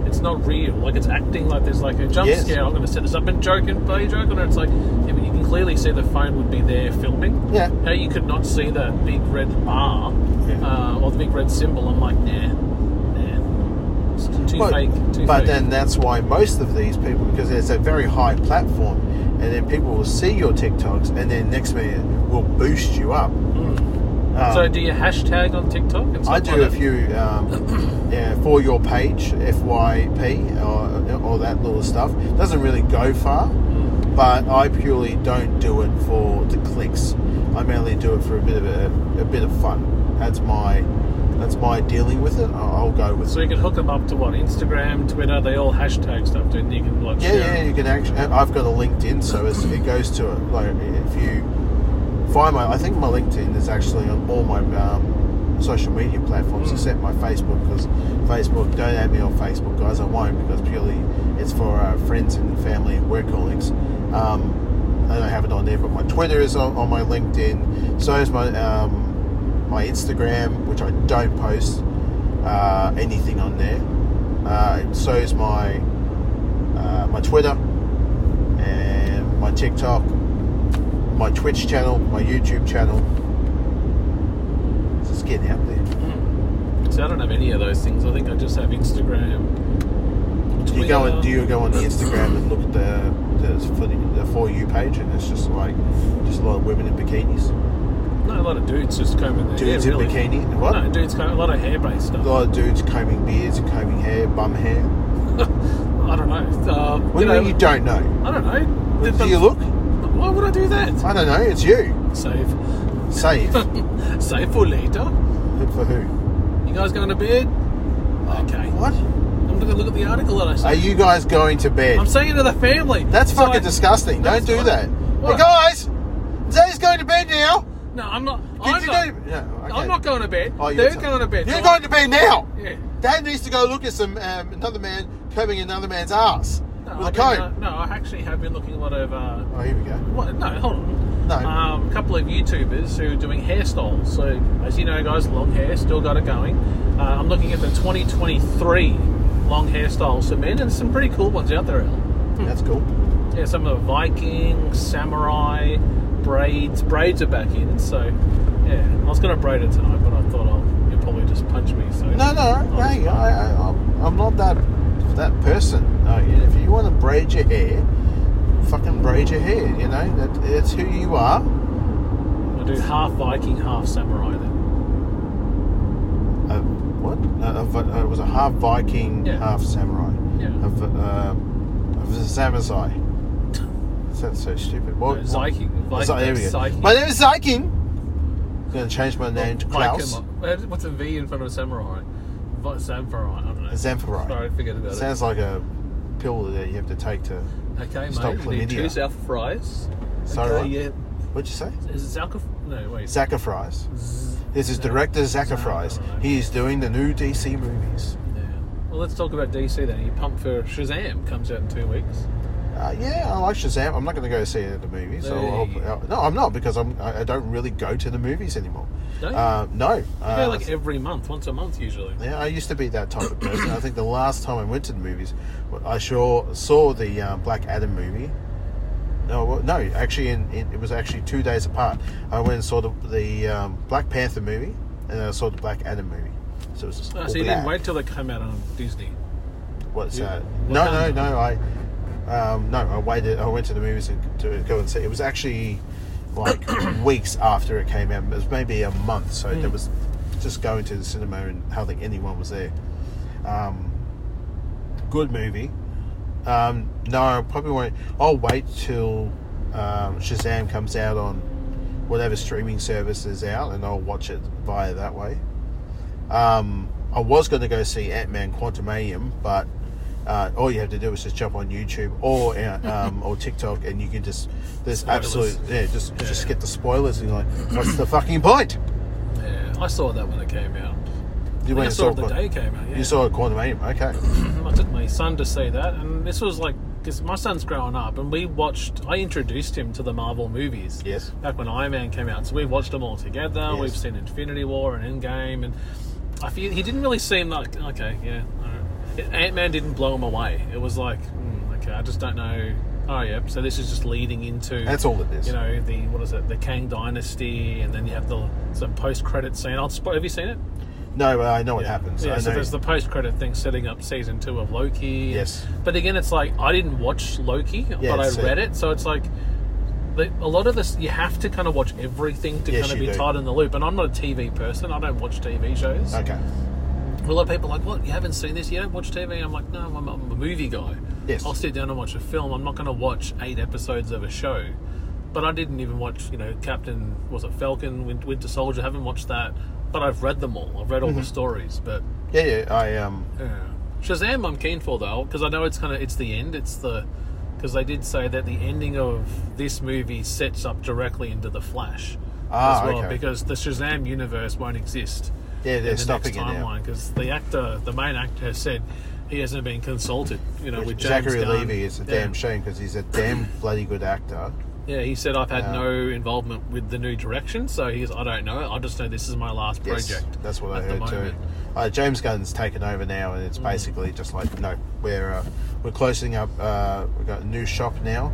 Speaker 3: it's not real. Like it's acting like there's like a jump
Speaker 4: Yes.
Speaker 3: scare. I'm going to set this up and joke and play a joke on it. It's like, yeah, but you can clearly see the phone would be there filming.
Speaker 4: Yeah.
Speaker 3: How you could not see that big red bar
Speaker 4: Yeah.
Speaker 3: uh, or the big red symbol? I'm like, nah, nah. It's too
Speaker 4: But-
Speaker 3: fake. Too
Speaker 4: but
Speaker 3: fake.
Speaker 4: then that's why most of these people, because it's a very high platform, and then people will see your TikToks, and then next minute will boost you up. Um,
Speaker 3: Hmm. so do you hashtag on TikTok? And stuff
Speaker 4: I
Speaker 3: like
Speaker 4: do a
Speaker 3: that?
Speaker 4: few um, yeah, for your page, FYP, or all that little stuff. Doesn't really go far, but I purely don't do it for the clicks. I mainly do it for a bit of a, a bit of fun. That's my that's my dealing with it. I'll I'll go with
Speaker 3: So
Speaker 4: it.
Speaker 3: you can hook them up to what Instagram, Twitter. They all hashtag stuff, and you can like
Speaker 4: Yeah,
Speaker 3: share
Speaker 4: yeah. You can actually. I've got a LinkedIn, so it's, it goes to it. Like if you find my, I think my LinkedIn is actually on all my um, social media platforms
Speaker 3: Mm.
Speaker 4: except my Facebook because Facebook. Don't add me on Facebook, guys. I won't because purely it's for uh, friends and family and work colleagues. Um, I don't have it on there, but my Twitter is on, on my LinkedIn. So is my um, my Instagram, which I don't post uh, anything on there. Uh, so is my uh, my Twitter and my TikTok, my Twitch channel, my YouTube channel. So it's getting out there.
Speaker 3: So I don't have any of those things. I think I just have Instagram.
Speaker 4: Do you go and do
Speaker 3: Twitter.
Speaker 4: you go on the Instagram and look at the the for, the, the for you page and it's just like just a lot of women in bikinis,
Speaker 3: No, a lot of dudes just combing their
Speaker 4: dudes
Speaker 3: hair,
Speaker 4: in
Speaker 3: really.
Speaker 4: bikini, what?
Speaker 3: No, dudes comb a lot of hair-based
Speaker 4: A
Speaker 3: stuff.
Speaker 4: lot of dudes combing beards and combing hair, bum hair.
Speaker 3: I don't know. Uh,
Speaker 4: What do you mean you don't know?
Speaker 3: I don't know. Did
Speaker 4: Do
Speaker 3: the-
Speaker 4: you look?
Speaker 3: Why would I do that?
Speaker 4: I don't know. It's you.
Speaker 3: Save,
Speaker 4: Save for
Speaker 3: save for later.
Speaker 4: who?
Speaker 3: You guys going to bed? Okay.
Speaker 4: What?
Speaker 3: I'm going to look at the article that I
Speaker 4: Are
Speaker 3: sent.
Speaker 4: you guys going to bed?
Speaker 3: I'm saying to the family.
Speaker 4: That's
Speaker 3: So
Speaker 4: fucking
Speaker 3: I-
Speaker 4: disgusting. Don't
Speaker 3: That's
Speaker 4: do
Speaker 3: fine.
Speaker 4: that.
Speaker 3: What?
Speaker 4: Hey guys, Zay's going to bed now.
Speaker 3: No, I'm not.
Speaker 4: Did
Speaker 3: I'm,
Speaker 4: you
Speaker 3: not
Speaker 4: do? No, okay.
Speaker 3: I'm not going to bed.
Speaker 4: Oh, you were
Speaker 3: They're
Speaker 4: telling-
Speaker 3: going to bed.
Speaker 4: You're
Speaker 3: So
Speaker 4: going to bed now.
Speaker 3: I- Yeah.
Speaker 4: Dad needs to go look at some um, another man combing another man's ass
Speaker 3: No,
Speaker 4: with a
Speaker 3: I've
Speaker 4: comb.
Speaker 3: been, uh, no, I actually have been looking a lot of. Uh,
Speaker 4: Oh, here we go.
Speaker 3: What? No, hold on.
Speaker 4: No.
Speaker 3: Um, a couple of YouTubers who are doing hairstyles. So, as you know, guys, long hair still got it going. Uh, I'm looking at the 2023 long hairstyles for men, and there's some pretty cool ones out there. Al.
Speaker 4: That's cool.
Speaker 3: Yeah, some of the Viking, samurai, braids. Braids are back in. So, yeah, I was going to braid it tonight, but I thought I'll you'll probably just punch me. So
Speaker 4: No, no,
Speaker 3: I'll
Speaker 4: hey,
Speaker 3: just-
Speaker 4: I, I, I'm- I'm not that that person. No, you- if you want to braid your hair, fucking braid your hair. You know, that it's who you are.
Speaker 3: I'll do half Viking, half samurai. Then.
Speaker 4: A, what? A, a, a- it was a half Viking,
Speaker 3: Yeah.
Speaker 4: half samurai.
Speaker 3: Yeah.
Speaker 4: Of uh, of the samurai. Sounds so stupid. What?
Speaker 3: No, Viking.
Speaker 4: what-
Speaker 3: Viking.
Speaker 4: there we go.
Speaker 3: Viking.
Speaker 4: My name is Viking. I'm gonna change my name to
Speaker 3: Like
Speaker 4: Klaus.
Speaker 3: him. Uh, What's a V in front of a samurai? Vi- Samurai, I don't know.
Speaker 4: Zamfari.
Speaker 3: Sorry, forget about
Speaker 4: Sounds like a pill that you have to take to.
Speaker 3: it. Okay,
Speaker 4: stop
Speaker 3: mate, we need two
Speaker 4: chlamydia.
Speaker 3: South fries.
Speaker 4: Sorry,
Speaker 3: okay,
Speaker 4: what?
Speaker 3: yeah.
Speaker 4: What'd you say?
Speaker 3: Is it Zalka? No, wait.
Speaker 4: Zacharias. This is
Speaker 3: Z-
Speaker 4: director Zacharias.
Speaker 3: Zacharias.
Speaker 4: He is doing the new DC movies.
Speaker 3: Yeah. Well, let's talk about DC then. He pumped for Shazam, comes out in two weeks.
Speaker 4: Uh, yeah, I like Shazam. I'm not going to go see it at the movies. So
Speaker 3: Hey.
Speaker 4: I'll, I'll- no, I'm not because I'm. I I don't really go to the movies anymore.
Speaker 3: Don't you?
Speaker 4: Uh, no.
Speaker 3: You
Speaker 4: Uh,
Speaker 3: go like every month, once a month usually.
Speaker 4: yeah, I used to be that type of person. I think the last time I went to the movies, I sure saw the uh, Black Adam movie. No, well, no, actually, in, in, it was actually two days apart. I went and saw the, the um, Black Panther movie, and then I saw the Black Adam movie. So it was just
Speaker 3: Oh,
Speaker 4: all
Speaker 3: so you
Speaker 4: black.
Speaker 3: didn't wait till they came out on Disney.
Speaker 4: What's
Speaker 3: You-
Speaker 4: that?
Speaker 3: what
Speaker 4: No, no,
Speaker 3: time?
Speaker 4: no. I um, no, I waited. I went to the movies and to go and see. It was actually like weeks after it came out. It was maybe a month, so there was just going to the cinema and hardly anyone was there. Um, good movie. Um, no, I probably won't. I'll wait till um, Shazam comes out on whatever streaming service is out, and I'll watch it via that way. Um, I was going to go see Ant Man Quantumanium, but uh, all you have to do is just jump on YouTube or uh, um, or TikTok, and you can just there's absolute yeah, just just get the spoilers, and you're like, what's the fucking point?
Speaker 3: Yeah, I saw that when it came out.
Speaker 4: You
Speaker 3: I think
Speaker 4: went
Speaker 3: I
Speaker 4: and
Speaker 3: saw it the
Speaker 4: Quan-
Speaker 3: day it came out. Yeah.
Speaker 4: You saw Quantumanium, okay?
Speaker 3: I took my son to see that, and this was like because my son's growing up, and we watched. I introduced him to the Marvel movies.
Speaker 4: Yes.
Speaker 3: Back when Iron Man came out, so we watched them all together. We've seen Infinity War and Endgame, and I feel he didn't really seem like okay, yeah. Ant Man didn't blow him away. It was like hmm, okay, I just don't know. Oh yeah, so this is just leading into.
Speaker 4: That's all it is.
Speaker 3: You know the what is it? The Kang Dynasty, and then you have the some post credit scene. I'll spo- have you seen it?
Speaker 4: No, but I know what happens. I
Speaker 3: Yeah, so
Speaker 4: know-
Speaker 3: there's the post-credit thing setting up season two of Loki.
Speaker 4: Yes.
Speaker 3: But again, it's like I didn't watch Loki,
Speaker 4: Yeah,
Speaker 3: but I
Speaker 4: it's uh, a-
Speaker 3: read it, so it's like the, a lot of this you have to kind of watch everything to
Speaker 4: Yes,
Speaker 3: kind of
Speaker 4: you
Speaker 3: be
Speaker 4: do.
Speaker 3: tied in the loop. And I'm not a TV person; I don't watch TV shows.
Speaker 4: okay.
Speaker 3: A lot of people are like, "What? You haven't seen this? You don't watch TV?" I'm like, "No, I'm, I'm a movie guy.
Speaker 4: Yes.
Speaker 3: I'll sit down and watch a film. I'm not going to watch eight episodes of a show." But I didn't even watch, you know, Captain was it Falcon, Win- Winter Soldier. haven't watched that, but I've read them all. I've read all
Speaker 4: Mm-hmm.
Speaker 3: the stories, but
Speaker 4: Yeah, yeah. I um.
Speaker 3: yeah. Shazam, I'm keen for though, because I know it's kind of it's the end. It's the because they did say that the ending of this movie sets up directly into the Flash
Speaker 4: Ah,
Speaker 3: as well,
Speaker 4: okay.
Speaker 3: because the Shazam universe won't exist.
Speaker 4: Yeah, they're
Speaker 3: in the
Speaker 4: stopping
Speaker 3: next
Speaker 4: it now.
Speaker 3: timeline because the actor, the main actor, has said he hasn't been consulted. You know, with James
Speaker 4: Zachary
Speaker 3: Gunn.
Speaker 4: Levy is a
Speaker 3: Yeah.
Speaker 4: damn shame because he's a damn bloody good actor.
Speaker 3: Yeah, he said I've had no involvement with the new direction, so he's I don't know. I just know this is my last
Speaker 4: Yes,
Speaker 3: project.
Speaker 4: that's what I
Speaker 3: at the
Speaker 4: heard too.
Speaker 3: moment. Mm.
Speaker 4: Uh, James Gunn's taken over now, and it's basically just like no, we're uh, we're closing up. Uh, we've got a new shop now,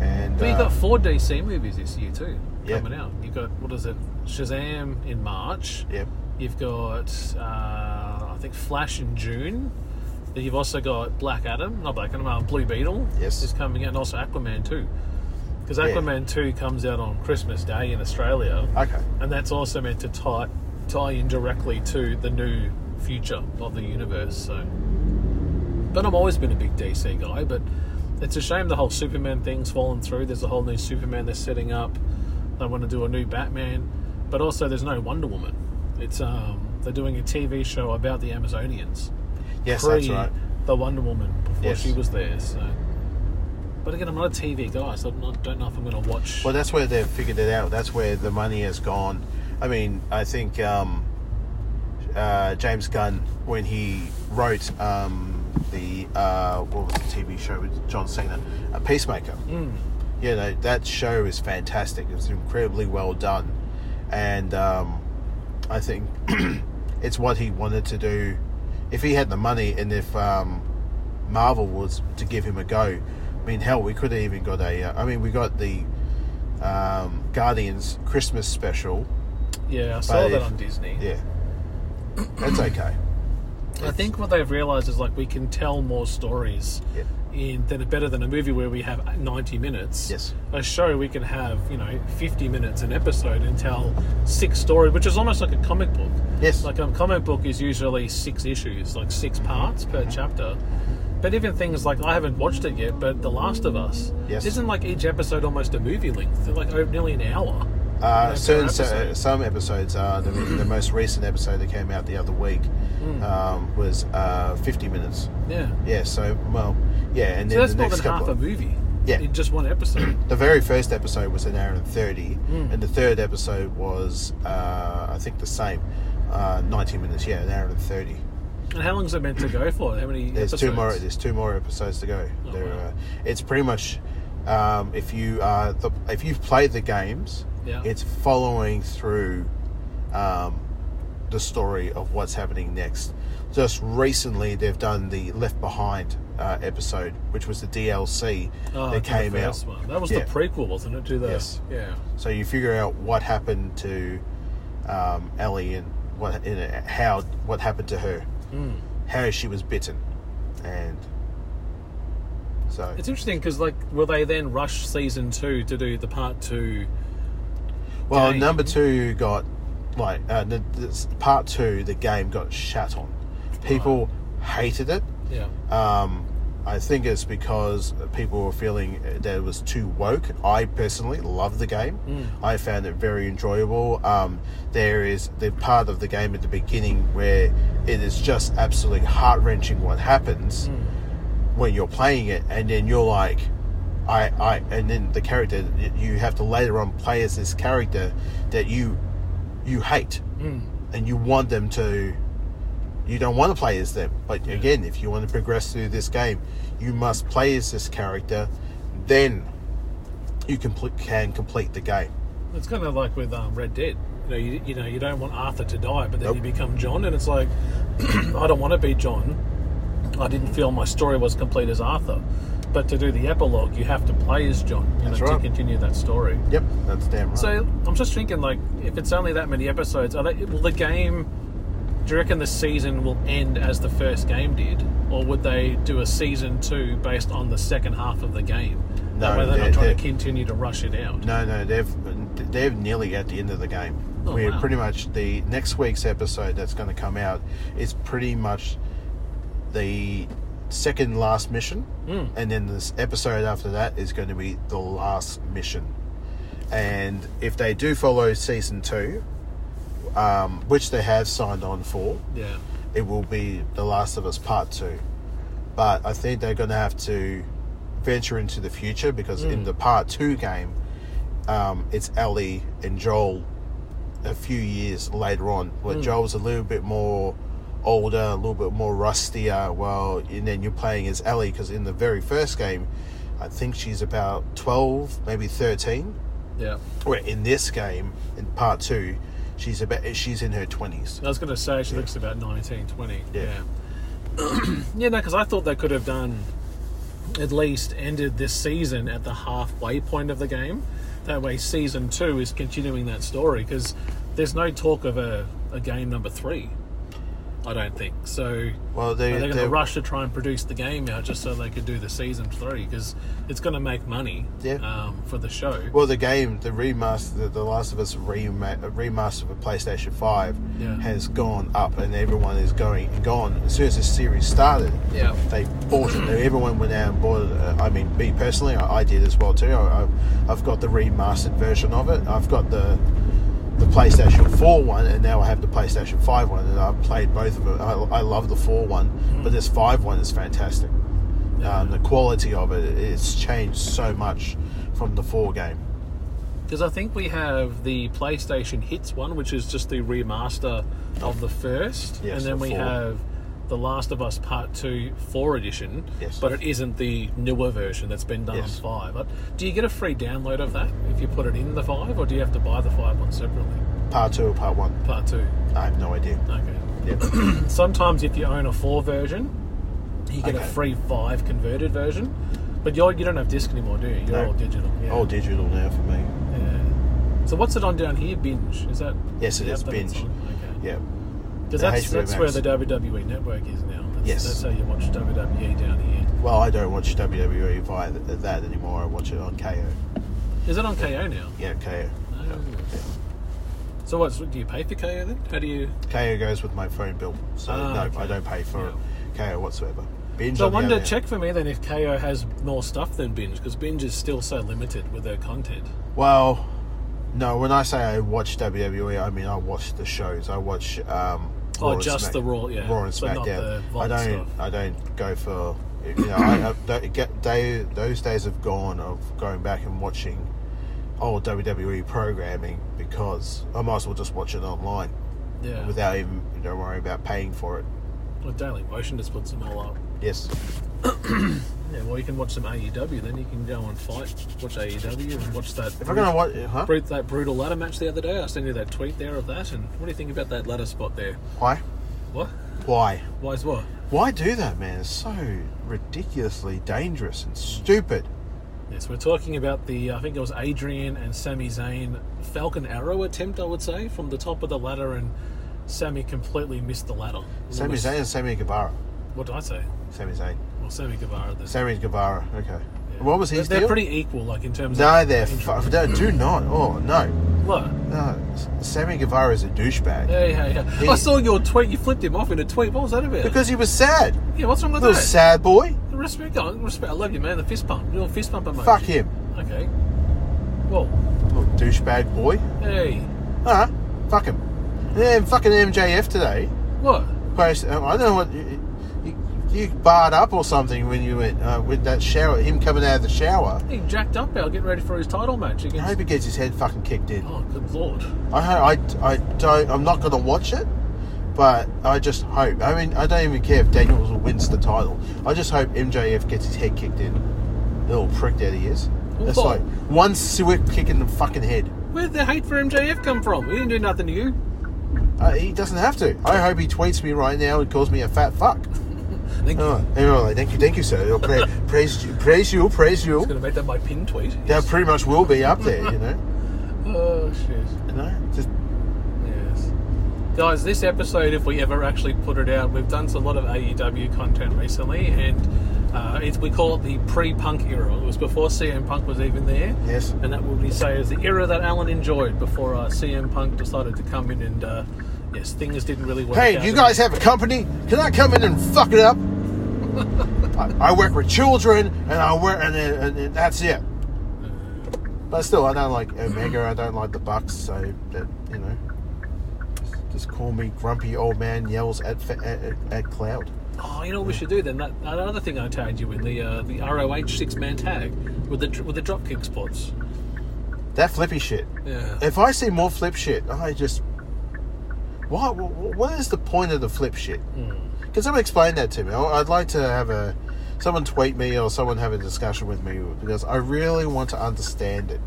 Speaker 4: and
Speaker 3: But you've
Speaker 4: uh,
Speaker 3: got four DC movies this year too
Speaker 4: Yeah.
Speaker 3: coming out. You've got what is it? Shazam in March.
Speaker 4: yep,
Speaker 3: You've got uh, I think Flash in June. Then you've also got Black Adam, not Black Adam, uh, Blue Beetle.
Speaker 4: Yes.
Speaker 3: is coming out, and also Aquaman two. Because
Speaker 4: Yeah.
Speaker 3: Aquaman two comes out on Christmas Day in Australia,
Speaker 4: okay,
Speaker 3: and that's also meant to tie tie in directly to the new future of the universe. So, but I've always been a big DC guy, but it's a shame the whole Superman thing's fallen through. There's a whole new Superman they're setting up. They want to do a new Batman, but also there's no Wonder Woman. It's um they're doing a TV show about the Amazonians.
Speaker 4: yes,
Speaker 3: pre
Speaker 4: that's right.
Speaker 3: The Wonder Woman before
Speaker 4: Yes.
Speaker 3: she was there. So, but again, I'm not a TV guy, so I don't know if I'm going to watch.
Speaker 4: Well, that's where they've figured it out. That's where the money has gone. I mean, I think um, uh, James Gunn, when he wrote um, the uh, what was the TV show with John Cena, a Peacemaker. Mm. You know that show is fantastic. It's incredibly well done, and um, I think it's what he wanted to do. If he had the money, and if um, Marvel was to give him a go, I mean, hell, we could have even got a. Uh, I mean, we got the um, Guardians Christmas special.
Speaker 3: yeah, I saw
Speaker 4: but
Speaker 3: that
Speaker 4: if-
Speaker 3: on Disney.
Speaker 4: Yeah, that's okay.
Speaker 3: I think what they've realised is like we can tell more stories
Speaker 4: Yeah.
Speaker 3: in than better than a movie where we have ninety minutes.
Speaker 4: Yes.
Speaker 3: A show we can have you know fifty minutes an episode and tell six stories, which is almost like a comic book.
Speaker 4: Yes. Mm-hmm.
Speaker 3: Like a comic book is usually six issues, like six parts per chapter. But even things like I haven't watched it yet, but The Last of Us
Speaker 4: Yes.
Speaker 3: isn't like each episode almost a movie length, They're, like oh, nearly an hour.
Speaker 4: Uh,
Speaker 3: per
Speaker 4: certain uh,
Speaker 3: episode.
Speaker 4: some episodes are the, the most recent episode that came out the other week
Speaker 3: Hmm.
Speaker 4: um, was uh, fifty minutes.
Speaker 3: Yeah.
Speaker 4: Yeah, so well, yeah, and
Speaker 3: So
Speaker 4: then
Speaker 3: that's
Speaker 4: the
Speaker 3: more
Speaker 4: next
Speaker 3: than half
Speaker 4: couple.
Speaker 3: a
Speaker 4: Of,
Speaker 3: movie.
Speaker 4: Yeah.
Speaker 3: In just one episode.
Speaker 4: the very first episode was an hour and thirty,
Speaker 3: Hmm.
Speaker 4: and the third episode was uh, I think the same, uh, ninety minutes. Yeah, an hour and thirty.
Speaker 3: And how long's it meant to go for? How many
Speaker 4: There's
Speaker 3: episodes? Oh,
Speaker 4: two more. There's two more episodes to go. There,
Speaker 3: wow.
Speaker 4: uh, it's pretty much um, if you are the, if you've played the games,
Speaker 3: Yeah.
Speaker 4: it's following through um, the story of what's happening next. Just recently, they've done the Left Behind uh, episode, which was the DLC
Speaker 3: Oh,
Speaker 4: that
Speaker 3: to the
Speaker 4: came out.
Speaker 3: first one. That was
Speaker 4: Yeah.
Speaker 3: the prequel, wasn't it? To the
Speaker 4: Yes.
Speaker 3: yeah,
Speaker 4: So you figure out what happened to um, Ellie and what in a, how what happened to her, how she was bitten, and so
Speaker 3: it's interesting because like, will they then rush season two to do the part two
Speaker 4: Well,
Speaker 3: game.
Speaker 4: number two got like uh, the, this, part two. The game got shat on. People hated it.
Speaker 3: Yeah.
Speaker 4: Um, I think it's because people were feeling that it was too woke. I personally love the game. I found it very enjoyable. Um, there is the part of the game at the beginning where it is just absolutely heart wrenching what happens when you're playing it, and then you're like, I, I, and then the character you have to later on play as this character that you, you hate, and you want them to you don't want to play as them. But again, if you want to progress through this game, you must play as this character. Then you complete, can complete the game.
Speaker 3: It's kind of like with um, Red Dead. You know, you, you know, you don't want Arthur to die, but then
Speaker 4: Nope.
Speaker 3: you become John, and it's like, I don't want to be John. I didn't feel my story was complete as Arthur. But to do the epilogue, you have to play as John you know,
Speaker 4: That's
Speaker 3: to
Speaker 4: right.
Speaker 3: continue that story.
Speaker 4: Yep, that's damn right.
Speaker 3: So I'm just thinking, like, if it's only that many episodes, are they, will the game? Do you reckon the season will end as the first game did, or would they do a season two based on the second half of the game? that
Speaker 4: No,
Speaker 3: way they're
Speaker 4: they're-
Speaker 3: not trying to
Speaker 4: they're-
Speaker 3: continue to rush it out.
Speaker 4: no, no, they've they're nearly at the end of the game.
Speaker 3: Oh,
Speaker 4: We're
Speaker 3: wow.
Speaker 4: pretty much the next week's episode that's going to come out is pretty much the second last mission,
Speaker 3: Hmm.
Speaker 4: and then this episode after that is going to be the last mission. And if they do follow season two, um, which they have signed on for,
Speaker 3: Yeah,
Speaker 4: it will be The Last of Us Part 2. But I think they're going to have to venture into the future because
Speaker 3: Mm.
Speaker 4: in the Part 2 game, um, it's Ellie and Joel a few years later on, where
Speaker 3: Mm.
Speaker 4: Joel's a little bit more older, a little bit more rustier. Well, and then you're playing as Ellie because in the very first game, I think she's about 12, maybe 13.
Speaker 3: yeah.
Speaker 4: Where in this game, in Part 2, she's about she's in her 20s.
Speaker 3: I was going to say she looks about 19, 20.
Speaker 4: Yeah.
Speaker 3: yeah. Yeah, no, because I thought they could have done at least ended this season at the halfway point of the game. That way, season two is continuing that story because there's no talk of a, a game number three. I don't think so.
Speaker 4: Well,
Speaker 3: Are
Speaker 4: they,
Speaker 3: they going
Speaker 4: they-
Speaker 3: to rush to try and produce the game out just so they could do the season three because it's going to make money
Speaker 4: Yeah.
Speaker 3: um, for the show.
Speaker 4: Well, the game, the remaster, the, the Last of Us rema- remaster for PlayStation Five,
Speaker 3: Yeah.
Speaker 4: has gone up, and everyone is going gone. As soon as the series started,
Speaker 3: Yeah.
Speaker 4: they bought it. Everyone went out and bought it. Uh, I mean, me personally, I, I did as well too. I, I, I've got the remastered version of it. I've got the the PlayStation 4 one, and now I have the PlayStation 5 one, and I've played both of them. I, I love the 4 one, but this 5 one is fantastic. Um, the quality of it, it's changed so much from the 4 game.
Speaker 3: Because I think we have the PlayStation Hits one, which is just the remaster of the first,
Speaker 4: Yes,
Speaker 3: and then
Speaker 4: the
Speaker 3: we
Speaker 4: four.
Speaker 3: have The Last of Us Part Two Four Edition.
Speaker 4: Yes.
Speaker 3: But it isn't the newer version that's been done
Speaker 4: Yes.
Speaker 3: on Five. But do you get a free download of that if you put it in the Five, or do you have to buy the Five one separately?
Speaker 4: Part 2 or Part 1?
Speaker 3: Part Two.
Speaker 4: I have no idea.
Speaker 3: Okay.
Speaker 4: Yeah.
Speaker 3: Sometimes if you own a Four version, you get a
Speaker 4: Okay.
Speaker 3: free Five converted version. But you're, you don't have disc anymore, do you? You're
Speaker 4: No.
Speaker 3: all digital. Yeah.
Speaker 4: All digital now for me.
Speaker 3: Yeah. So what's it on down here? Binge? Is that?
Speaker 4: Yes, it
Speaker 3: the
Speaker 4: is
Speaker 3: app that it's
Speaker 4: Binge.
Speaker 3: on? Okay.
Speaker 4: Yeah.
Speaker 3: Because
Speaker 4: The
Speaker 3: that's,
Speaker 4: HBO
Speaker 3: that's where
Speaker 4: Max.
Speaker 3: the WWE network is now. That's,
Speaker 4: Yes.
Speaker 3: That's how you watch WWE down here.
Speaker 4: Well, I don't watch WWE via th- that anymore. I watch it on KO.
Speaker 3: Is it on KO now?
Speaker 4: Yeah, KO.
Speaker 3: Oh. So what's do you pay for KO then? How do you?
Speaker 4: KO goes with my phone bill, so
Speaker 3: Ah,
Speaker 4: no,
Speaker 3: okay.
Speaker 4: I don't pay for KO whatsoever. Binge
Speaker 3: So I
Speaker 4: on the other
Speaker 3: wonder.
Speaker 4: hand-
Speaker 3: Check for me then if KO has more stuff than Binge because Binge is still so limited with their content.
Speaker 4: Well, no. When I say I watch WWE, I mean I watch the shows. I watch. Um,
Speaker 3: Oh,
Speaker 4: and
Speaker 3: just the Raw, yeah,
Speaker 4: Raw and
Speaker 3: but not the
Speaker 4: SmackDown.
Speaker 3: Vault
Speaker 4: I don't.
Speaker 3: stuff.
Speaker 4: I don't go for. You know, I, I don't get they, those days have gone of going back and watching old WWE programming because I might as well just watch it online
Speaker 3: Yeah.
Speaker 4: without even don't worry about paying for it.
Speaker 3: Well, Daily Motion just puts them all up.
Speaker 4: Yes,
Speaker 3: Yeah. Well, you can watch some AEW then. You can go and fight, watch AEW, and watch that.
Speaker 4: if I'm gonna watch, huh?
Speaker 3: Brute, that brutal ladder match the other day. I sent you that tweet there of that, and what do you think about that ladder spot there?
Speaker 4: Why?
Speaker 3: What?
Speaker 4: Why?
Speaker 3: Why is what?
Speaker 4: Why do that, man? It's so ridiculously dangerous and stupid.
Speaker 3: Yes, we're talking about the I think it was Adrian and Sami Zayn Falcon Arrow attempt, I would say, from the top of the ladder, and Sammy completely missed the ladder.
Speaker 4: Sami
Speaker 3: Lewis-
Speaker 4: Zayn and Sammy Guevara.
Speaker 3: What did I say?
Speaker 4: Sami Zayn.
Speaker 3: Well, Sammy Guevara. Then.
Speaker 4: Sammy Guevara. Okay. What was
Speaker 3: They're-
Speaker 4: his
Speaker 3: They're
Speaker 4: deal?
Speaker 3: pretty equal, like in terms of.
Speaker 4: No, they're fu- no, do not. Oh no.
Speaker 3: What?
Speaker 4: No, S- Sammy Guevara is a douchebag.
Speaker 3: Yeah, yeah, yeah.
Speaker 4: He-
Speaker 3: I saw your tweet. You flipped him off in a tweet. What was that about?
Speaker 4: Because he was sad.
Speaker 3: yeah, what's wrong with
Speaker 4: Little
Speaker 3: that?
Speaker 4: sad boy.
Speaker 3: Respect, I respect. I love you, man. The fist pump. Little fist pump emoji.
Speaker 4: Fuck him.
Speaker 3: Okay. Well,
Speaker 4: Little douchebag boy.
Speaker 3: hey,
Speaker 4: Uh huh. Fuck him. And then fucking MJF today.
Speaker 3: what?
Speaker 4: Post, um, I don't know what. You, you, you barred up or something when you went uh, with that shower, him coming out of the shower.
Speaker 3: He jacked up out, getting ready for his title match
Speaker 4: I
Speaker 3: against.
Speaker 4: hope he gets his head fucking kicked in.
Speaker 3: Oh, good lord.
Speaker 4: I, ho- I, I don't. I'm not going to watch it, but I just hope. I mean, I don't even care if Daniels wins the title. I just hope MJF gets his head kicked in. Little prick that he is. It's
Speaker 3: Well-
Speaker 4: like one swift kick in the fucking head.
Speaker 3: Where'd the hate for MJF come from? He didn't do nothing to you.
Speaker 4: Uh, he doesn't have to. I hope he tweets me right now and calls me a fat fuck.
Speaker 3: Thank you.
Speaker 4: Oh, and they're like, thank you, thank you, sir. They'll pra- praise you, praise you, praise you.
Speaker 3: I'm gonna make that my pin tweet.
Speaker 4: That pretty much will be up there, you know.
Speaker 3: Oh shit.
Speaker 4: You know, just
Speaker 3: Yes. Guys, this episode, if we ever actually put it out, we've done a lot of AEW content recently, and uh, it's, we call it the pre-punk era. It was before CM Punk was even there.
Speaker 4: yes.
Speaker 3: and that would be say is the era that Alan enjoyed before uh, CM Punk decided to come in and uh, yes, things didn't really work.
Speaker 4: Hey,
Speaker 3: out
Speaker 4: do you guys have a company? Can I come in and fuck it up? I, I work with children, and I work, and, then- and, and that's it. But still, I don't like Omega. I don't like the Bucks. So that you know, just call me grumpy old man yells at fa- at, at, at cloud.
Speaker 3: Oh, you know what we should do then? That another thing I tagged you in the uh, the ROH six man tag with the dr- with the drop kick spots.
Speaker 4: That flippy shit.
Speaker 3: Yeah.
Speaker 4: If I see more flip shit, I just what what what is the point of the flip shit? Can someone explain that to me? I- I'd like to have a someone tweet me or someone have a discussion with me because I really want to understand it.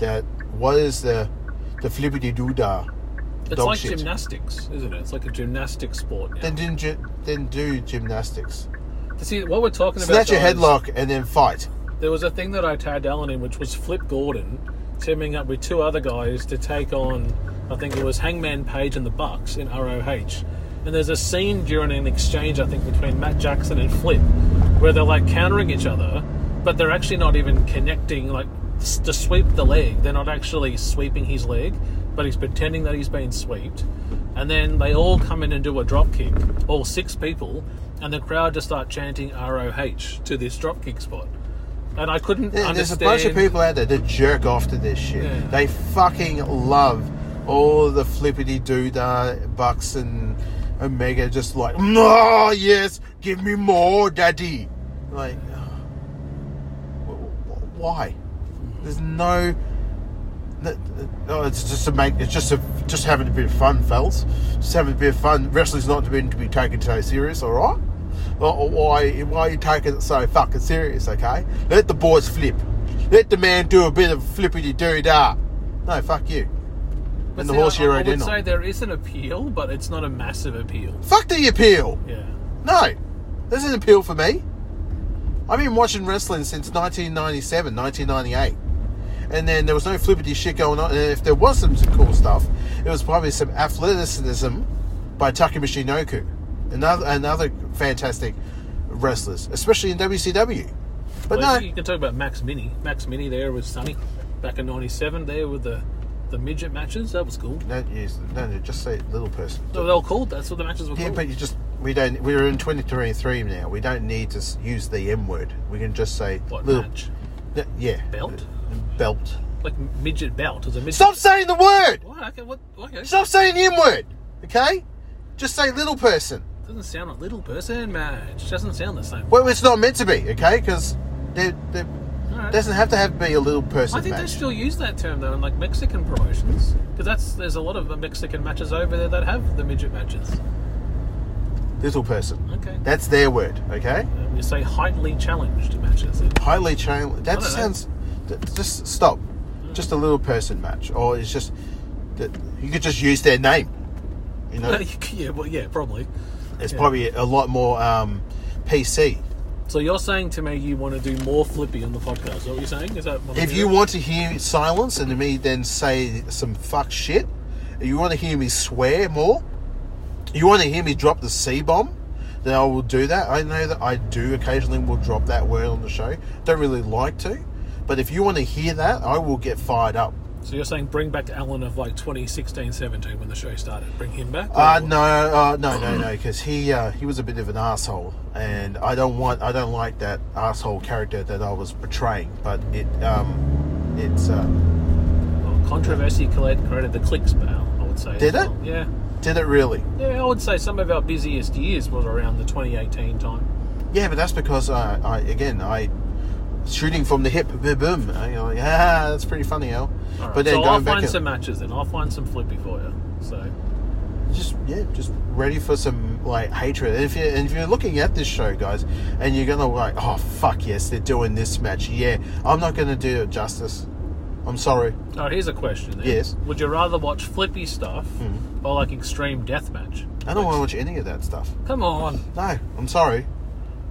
Speaker 4: That what is the the flippity doo dah?
Speaker 3: It's
Speaker 4: dog
Speaker 3: like
Speaker 4: shit.
Speaker 3: gymnastics, isn't it? It's like a gymnastic sport. Now.
Speaker 4: Then do gy- then do gymnastics.
Speaker 3: See what we're talking about.
Speaker 4: Snatch a
Speaker 3: guys,
Speaker 4: headlock and then fight.
Speaker 3: There was a thing that I tagged Alan in, which was Flip Gordon teaming up with two other guys to take on, I think it was Hangman Page and the Bucks in ROH. And there's a scene during an exchange, I think, between Matt Jackson and Flip, where they're like countering each other, but they're actually not even connecting, like s- to sweep the leg. They're not actually sweeping his leg, but he's pretending that he's been swept. And then they all come in and do a drop kick, all six people, and the crowd just start chanting ROH to this drop kick spot. And I couldn't
Speaker 4: Yeah, there's a
Speaker 3: understand.
Speaker 4: bunch of people out there that jerk off to this shit.
Speaker 3: Yeah.
Speaker 4: They fucking love all the flippity doodah bucks and Omega just like, no, yes, give me more, daddy. Like, w- w- why? There's no. no- no, oh, it's just to make it's just a, just having a bit of fun, fellas. Just having a bit of fun. Wrestling's not meant to be taken so serious, all right? Well, why why are you taking it so fucking serious? Okay, let the boys flip. Let the man do a bit of flippity doo dah. No, fuck you.
Speaker 3: But
Speaker 4: and the
Speaker 3: see, I-
Speaker 4: horse you
Speaker 3: I
Speaker 4: rode
Speaker 3: would
Speaker 4: in
Speaker 3: say
Speaker 4: on.
Speaker 3: there is an appeal, but it's not a massive appeal.
Speaker 4: Fuck the appeal.
Speaker 3: Yeah.
Speaker 4: No, this is an appeal for me. I've been watching wrestling since 1997, 1998. And then there was no flippity shit going on. And if there was some cool stuff, it was probably some athleticism by Takamichi Noku, another, another fantastic wrestlers, especially in WCW. But
Speaker 3: Well,
Speaker 4: no,
Speaker 3: You can talk about Max Mini. Max Mini there with Sonny back in 97 there with the, the midget matches. That was cool.
Speaker 4: don't use, no, no, just say little person.
Speaker 3: So they were called. That's what the matches were
Speaker 4: Yeah,
Speaker 3: called.
Speaker 4: but you just we don't. We're in 2023 now. We don't need to s- use the M word. We can just say
Speaker 3: what
Speaker 4: little.
Speaker 3: match?
Speaker 4: n- Yeah,
Speaker 3: Belt?
Speaker 4: Belt.
Speaker 3: Like midget belt. Is a midget.
Speaker 4: Stop saying the word.
Speaker 3: What? Okay, what? Okay.
Speaker 4: Stop saying the M word. Okay? Just say little person.
Speaker 3: Doesn't sound like little person match. Doesn't sound the same.
Speaker 4: Well, it's not meant to be. Okay? Because there there
Speaker 3: Alright.
Speaker 4: doesn't have to have be a little person.
Speaker 3: I think they
Speaker 4: match.
Speaker 3: still use that term though in like Mexican promotions because that's there's a lot of Mexican matches over there that have the midget matches.
Speaker 4: little person.
Speaker 3: Okay.
Speaker 4: That's their word. Okay?
Speaker 3: Um, you say heightly challenged matches.
Speaker 4: Highly trained. That
Speaker 3: don't know.
Speaker 4: sounds. th- Just stop. Just a little person match, or it's just that you could just use their name. You know,
Speaker 3: yeah, well, yeah, probably.
Speaker 4: it's probably a lot more um, PC.
Speaker 3: So you're saying to me you want to do more flippy on the podcast? Is that what you're saying? Is that what I'm
Speaker 4: If you
Speaker 3: hearing?
Speaker 4: want to hear silence and me then say some fuck shit, you want to hear me swear more, you want to hear me drop the C bomb, then I will do that. I know that I do occasionally will drop that word on the show. Don't really like to, but if you want to hear that, I will get fired up.
Speaker 3: So you're saying bring back Alan of like 2016, 17 when the show started. Bring him back?
Speaker 4: Uh,
Speaker 3: or-
Speaker 4: no, uh, no, no, no, because he uh, he was a bit of an asshole, and I don't want, I don't like that asshole character that I was portraying. But it, um, it's, uh,
Speaker 3: Well, controversy collect- created the clicks pal, I would say. as
Speaker 4: Did it?
Speaker 3: well. Yeah.
Speaker 4: did it really?
Speaker 3: Yeah, I would say some of our busiest years was around the 2018 time.
Speaker 4: Yeah, but that's because uh, I, again, I shooting from the hip, boom, boom. And you're like, ah, that's pretty funny, Al.
Speaker 3: All right,
Speaker 4: But then
Speaker 3: so I'll
Speaker 4: going back,
Speaker 3: find
Speaker 4: in-
Speaker 3: some matches then. I'll find some flippy for you. So,
Speaker 4: just yeah, just ready for some like hatred. And if you and if you're looking at this show, guys, and you're gonna like, oh fuck yes, they're doing this match. Yeah, I'm not gonna do it justice. I'm sorry.
Speaker 3: all right, oh, here's a question then.
Speaker 4: Yes. Hmm.
Speaker 3: Would you rather watch flippy stuff or like extreme deathmatch?
Speaker 4: I don't want to watch any of that stuff.
Speaker 3: Come on.
Speaker 4: No, I'm sorry.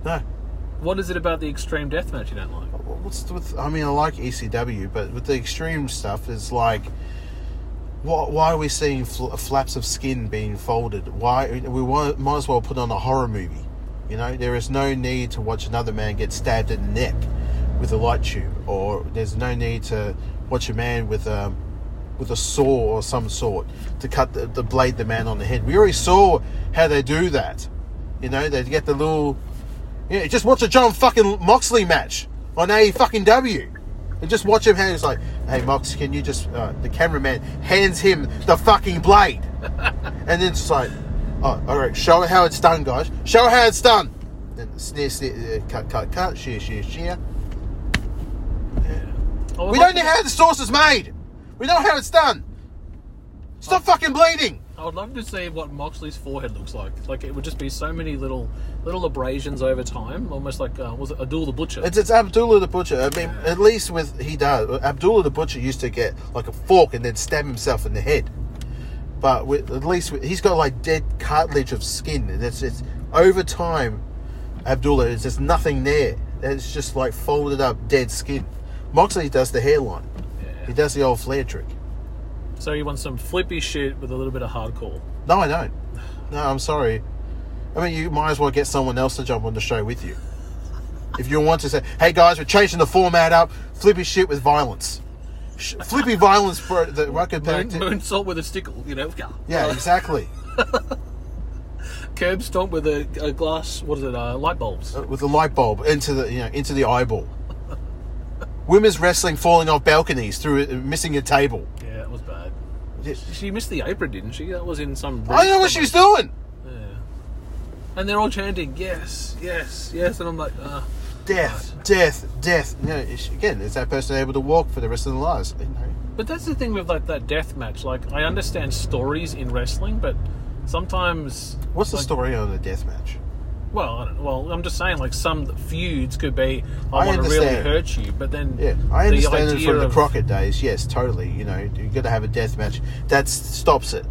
Speaker 4: No.
Speaker 3: What is it about the extreme deathmatch you don't like?
Speaker 4: What's with? I mean, I like ECW, but with the extreme stuff, it's like, why, why are we seeing fl- flaps of skin being folded? Why we wa- might as well put on a horror movie. You know, there is no need to watch another man get stabbed in the neck with a light tube, or there's no need to watch a man with a with a saw or some sort to cut the, the blade the man on the head. We already saw how they do that. You know, they get the little yeah, just watch a John fucking Moxley match on A E fucking W. And just watch him hands like, hey Mox, can you just uh, the cameraman hands him the fucking blade. and then it's like, oh, alright, show her how it's done, guys. Show her how it's done. Then sneer, sneer, uh, cut, cut, cut, shear, shear, shear.
Speaker 3: I would
Speaker 4: We
Speaker 3: like
Speaker 4: don't know how the sauce is made! We know how it's done! Stop fucking bleeding!
Speaker 3: I would love to see what Moxley's forehead looks like. Like it would just be so many little little abrasions over time, almost like uh, was it Adul the Butcher?
Speaker 4: It's, it's Abdullah the Butcher. I mean, at least with he does. Abdullah the Butcher used to get like a fork and then stab himself in the head. But with, at least with, he's got like dead cartilage of skin. And it's, it's over time, Abdullah, it's, there's nothing there. It's just like folded up dead skin. Moxley does the hairline. He does the old flare trick.
Speaker 3: so you want some flippy shit with a little bit of hardcore.
Speaker 4: No, I don't. No, I'm sorry. I mean, you might as well get someone else to jump on the show with you. If you want to say, hey guys, we're changing the format up, flippy shit with violence. Sh- Flippy violence for the record
Speaker 3: Moon,
Speaker 4: pack.
Speaker 3: moonsault with a stickle, you know.
Speaker 4: Yeah, exactly.
Speaker 3: Curb stomp with a, a glass. What is it? Uh, light bulbs.
Speaker 4: With the light bulb into the you know into the eyeball. Women's wrestling falling off balconies through uh, missing a table.
Speaker 3: Yeah, that was bad.
Speaker 4: Yeah.
Speaker 3: She missed the apron, didn't she? That was in some.
Speaker 4: I don't know what she was doing.
Speaker 3: And they're all chanting yes, yes, yes, and I'm like, uh,
Speaker 4: Death, death, death. You know, it's- again, is that person able to walk for the rest of their lives? You know.
Speaker 3: But that's the thing with like that death match. Like I understand stories in wrestling, but sometimes
Speaker 4: What's the
Speaker 3: like,
Speaker 4: story on a death match?
Speaker 3: Well, I don't, well, I'm just saying like some feuds could be I,
Speaker 4: I
Speaker 3: want to really
Speaker 4: understand.
Speaker 3: hurt you, but then
Speaker 4: Yeah, I understand
Speaker 3: the
Speaker 4: it
Speaker 3: idea
Speaker 4: from the
Speaker 3: of-
Speaker 4: Crockett days. Yes, totally. You know, you got to have a death match. That s- stops it.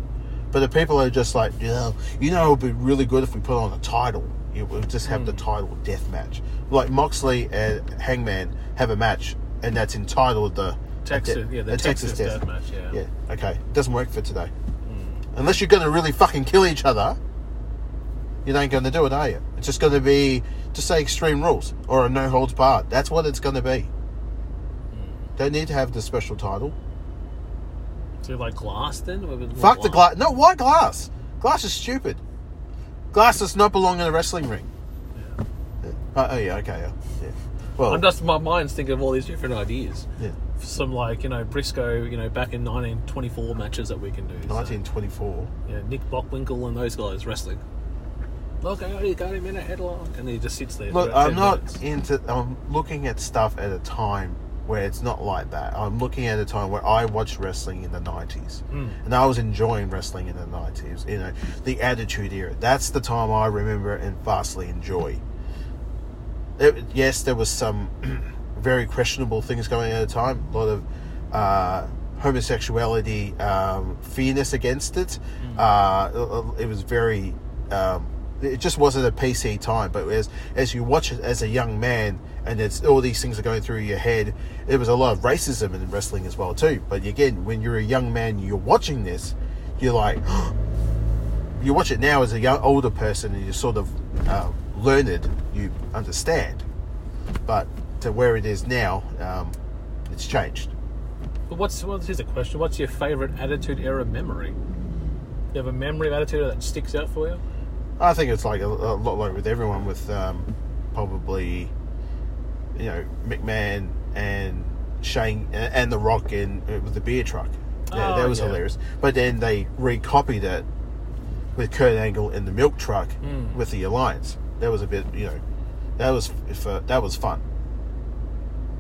Speaker 4: But the people are just like, you know, you know, it would be really good if we put on a title. It would just have
Speaker 3: Hmm.
Speaker 4: the title death match. Like Moxley and Hangman have a match, and that's entitled the
Speaker 3: Texas-
Speaker 4: a de-
Speaker 3: yeah, the
Speaker 4: a
Speaker 3: Texas death match, yeah. Hmm.
Speaker 4: yeah. Okay, doesn't work for today. Unless you're going to really fucking kill each other, you ain't going to do it, are you? It's just going to be to say extreme rules or a no holds barred. That's what it's going to be.
Speaker 3: Hmm.
Speaker 4: Don't need to have the special title.
Speaker 3: So like glass then? Would it be
Speaker 4: Fuck the glass. No, why glass? Glass is stupid. Glass does not belong in a wrestling ring. Yeah. Uh, oh yeah, okay, yeah. yeah. Well,
Speaker 3: I'm just my mind's thinking of all these different ideas.
Speaker 4: yeah.
Speaker 3: Some like you know Briscoe, you know back in 1924 matches that we can do. so,
Speaker 4: 1924.
Speaker 3: yeah, Nick Bockwinkel and those guys wrestling. Look, I already got him in a headlock, and he just sits there.
Speaker 4: Look,
Speaker 3: for about
Speaker 4: I'm
Speaker 3: 10
Speaker 4: not
Speaker 3: minutes.
Speaker 4: into. I'm looking at stuff at a time where it's not like that. I'm looking at a time where I watched wrestling in the '90s,
Speaker 3: Hmm.
Speaker 4: and I was enjoying wrestling in the '90s. You know, the Attitude Era. That's the time I remember and vastly enjoy. It, yes, there was some very questionable things going on at the time. A lot of uh, homosexuality, um, fearness against it. Uh, it, it was very. Um, it just wasn't a PC time, but as as you watch it as a young man, and it's all these things are going through your head. There was a lot of racism in wrestling as well too. But again, when you're a young man, you're watching this, you're like, you watch it now as a young older person, and you're sort of uh, learned, you understand but to where it is now, um, it's changed.
Speaker 3: But what's well, here's a question. What's your favorite Attitude Era memory? Do you have a memory of Attitude Era that sticks out for you?
Speaker 4: I think it's like a, a lot like with everyone, with um, probably you know McMahon and Shane and, and The Rock in uh, with the beer truck. Yeah,
Speaker 3: Oh,
Speaker 4: that was
Speaker 3: yeah.
Speaker 4: hilarious. But then they recopied it with Kurt Angle in the milk truck
Speaker 3: Hmm.
Speaker 4: with the Alliance. That was a bit, you know, that was if, uh, that was fun.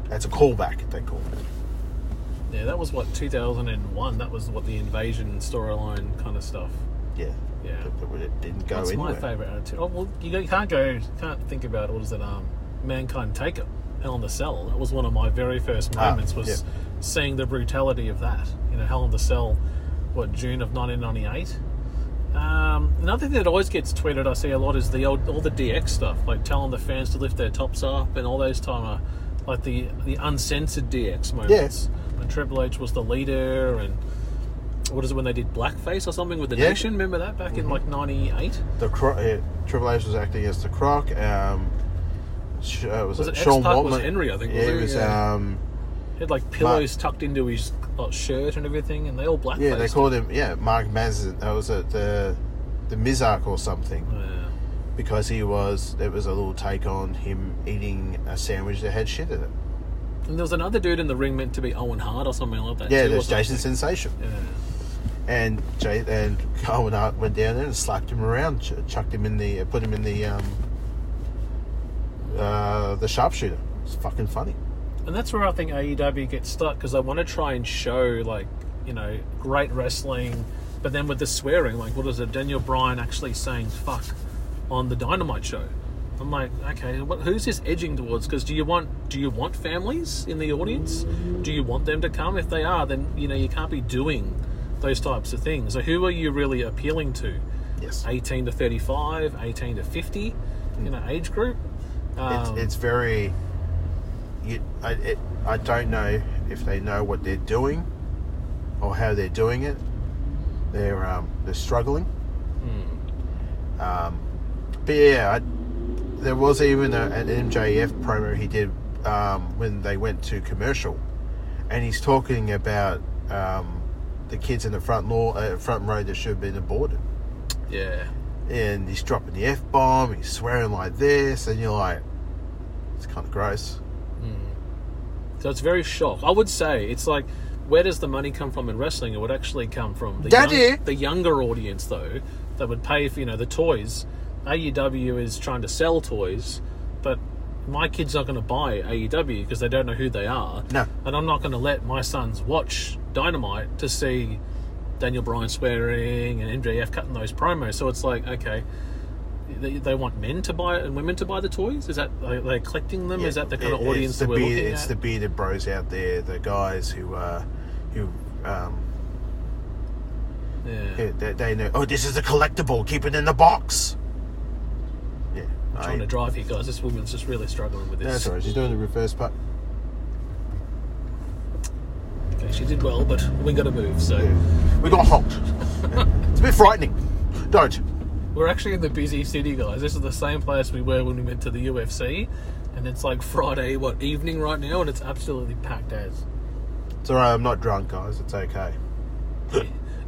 Speaker 4: That's a callback. They call it.
Speaker 3: Yeah, that was what 2001. That was what the invasion storyline kind of stuff.
Speaker 4: Yeah,
Speaker 3: Yeah.
Speaker 4: But, but it didn't go
Speaker 3: That's
Speaker 4: anywhere.
Speaker 3: my favorite Attitude. Oh well, you go- you can't go, you can't think about what is it? Um, Mankind Taker, Hell in the Cell. That was one of my very first
Speaker 4: Ah,
Speaker 3: moments. was
Speaker 4: yeah.
Speaker 3: seeing the brutality of that. You know, Hell in the Cell. What June of 1998. Um, another thing that always gets tweeted, I see a lot, is the old all the DX stuff, like telling the fans to lift their tops up and all those time, uh, like the the uncensored DX moments. When Triple H was the leader, and what is it when they did blackface or something with the
Speaker 4: Yeah. Mm-hmm.
Speaker 3: Nation? Remember that back in like '98.
Speaker 4: The Cro- uh, Triple H was acting as the Croc. Um, sh- uh, was,
Speaker 3: Was
Speaker 4: it
Speaker 3: it
Speaker 4: Sean
Speaker 3: X-Pac
Speaker 4: Waltman?
Speaker 3: was Henry, I think,
Speaker 4: Yeah,
Speaker 3: was
Speaker 4: it
Speaker 3: it?
Speaker 4: was.
Speaker 3: Yeah.
Speaker 4: Um,
Speaker 3: He had like pillows tucked into his like, shirt and everything, and they all blackface.
Speaker 4: yeah, they called him. Yeah, Mark Manson. That was it. The the Mizark or something
Speaker 3: Yeah.
Speaker 4: because he was. It was a little take on him eating a sandwich that had shit in it.
Speaker 3: And there was another dude in the ring meant to be Owen Hart or something like that.
Speaker 4: Yeah,
Speaker 3: too,
Speaker 4: there's
Speaker 3: wasn't
Speaker 4: Jason Sensation,
Speaker 3: there? Yeah.
Speaker 4: and Jay and Cohen Hart went down there and slapped him around, ch- chucked him in the, put him in the um, uh, the sharpshooter. It's fucking funny.
Speaker 3: And that's where I think AEW gets stuck because they want to try and show like you know great wrestling, but then with the swearing, like what is it? Daniel Bryan actually saying "fuck" on the Dynamite show. I'm like, okay, what, who's this edging towards? Because do you want do you want families in the audience? Do you want them to come? If they are, then you know you can't be doing those types of things. So who are you really appealing to?
Speaker 4: Yes,
Speaker 3: 18 to 35, 18 to 50, you know, age group. Um,
Speaker 4: it's, it's very. You, I, it, I don't know if they know what they're doing, or how they're doing it. They're um, they're struggling. Um, but yeah, I, there was even a, an MJF promo he did um, when they went to commercial, and he's talking about um, the kids in the front law, uh, front row that should have been aborted
Speaker 3: yeah.
Speaker 4: and he's dropping the f bomb, he's swearing like this, and you're like, it's kind of gross.
Speaker 3: So it's very shock. I would say it's like, where does the money come from in wrestling? It would actually come from the,
Speaker 4: Daddy!
Speaker 3: young- the younger audience, though, that would pay for you know the toys. AEW is trying to sell toys, but my kid's not going to buy AEW because they don't know who they are.
Speaker 4: No.
Speaker 3: and I'm not going to let my sons watch Dynamite to see Daniel Bryan swearing and MJF cutting those promos. So it's like, okay. They, they want men to buy it and women to buy the toys. Is that are they collecting them? Is that the kind of
Speaker 4: It-
Speaker 3: audience
Speaker 4: it's
Speaker 3: that
Speaker 4: the
Speaker 3: we're
Speaker 4: beard-
Speaker 3: looking
Speaker 4: It's
Speaker 3: at?
Speaker 4: the bearded bros out there, the guys who, uh, who, um,
Speaker 3: yeah.
Speaker 4: who- they, they know. Oh, this is a collectible. Keep it in the box. Yeah,
Speaker 3: trying
Speaker 4: I-
Speaker 3: to drive here, guys. This woman's just really struggling with
Speaker 4: that's
Speaker 3: this.
Speaker 4: all right. She's doing the reverse part.
Speaker 3: Okay, she did well, but we got to move. So
Speaker 4: We got honked. it's a bit frightening. Don't.
Speaker 3: we're actually in the busy city, guys. This is the same place we were when we went to the UFC, and it's like Friday, what evening right now, and it's absolutely packed as.
Speaker 4: It's all right. I'm not drunk, guys. It's okay.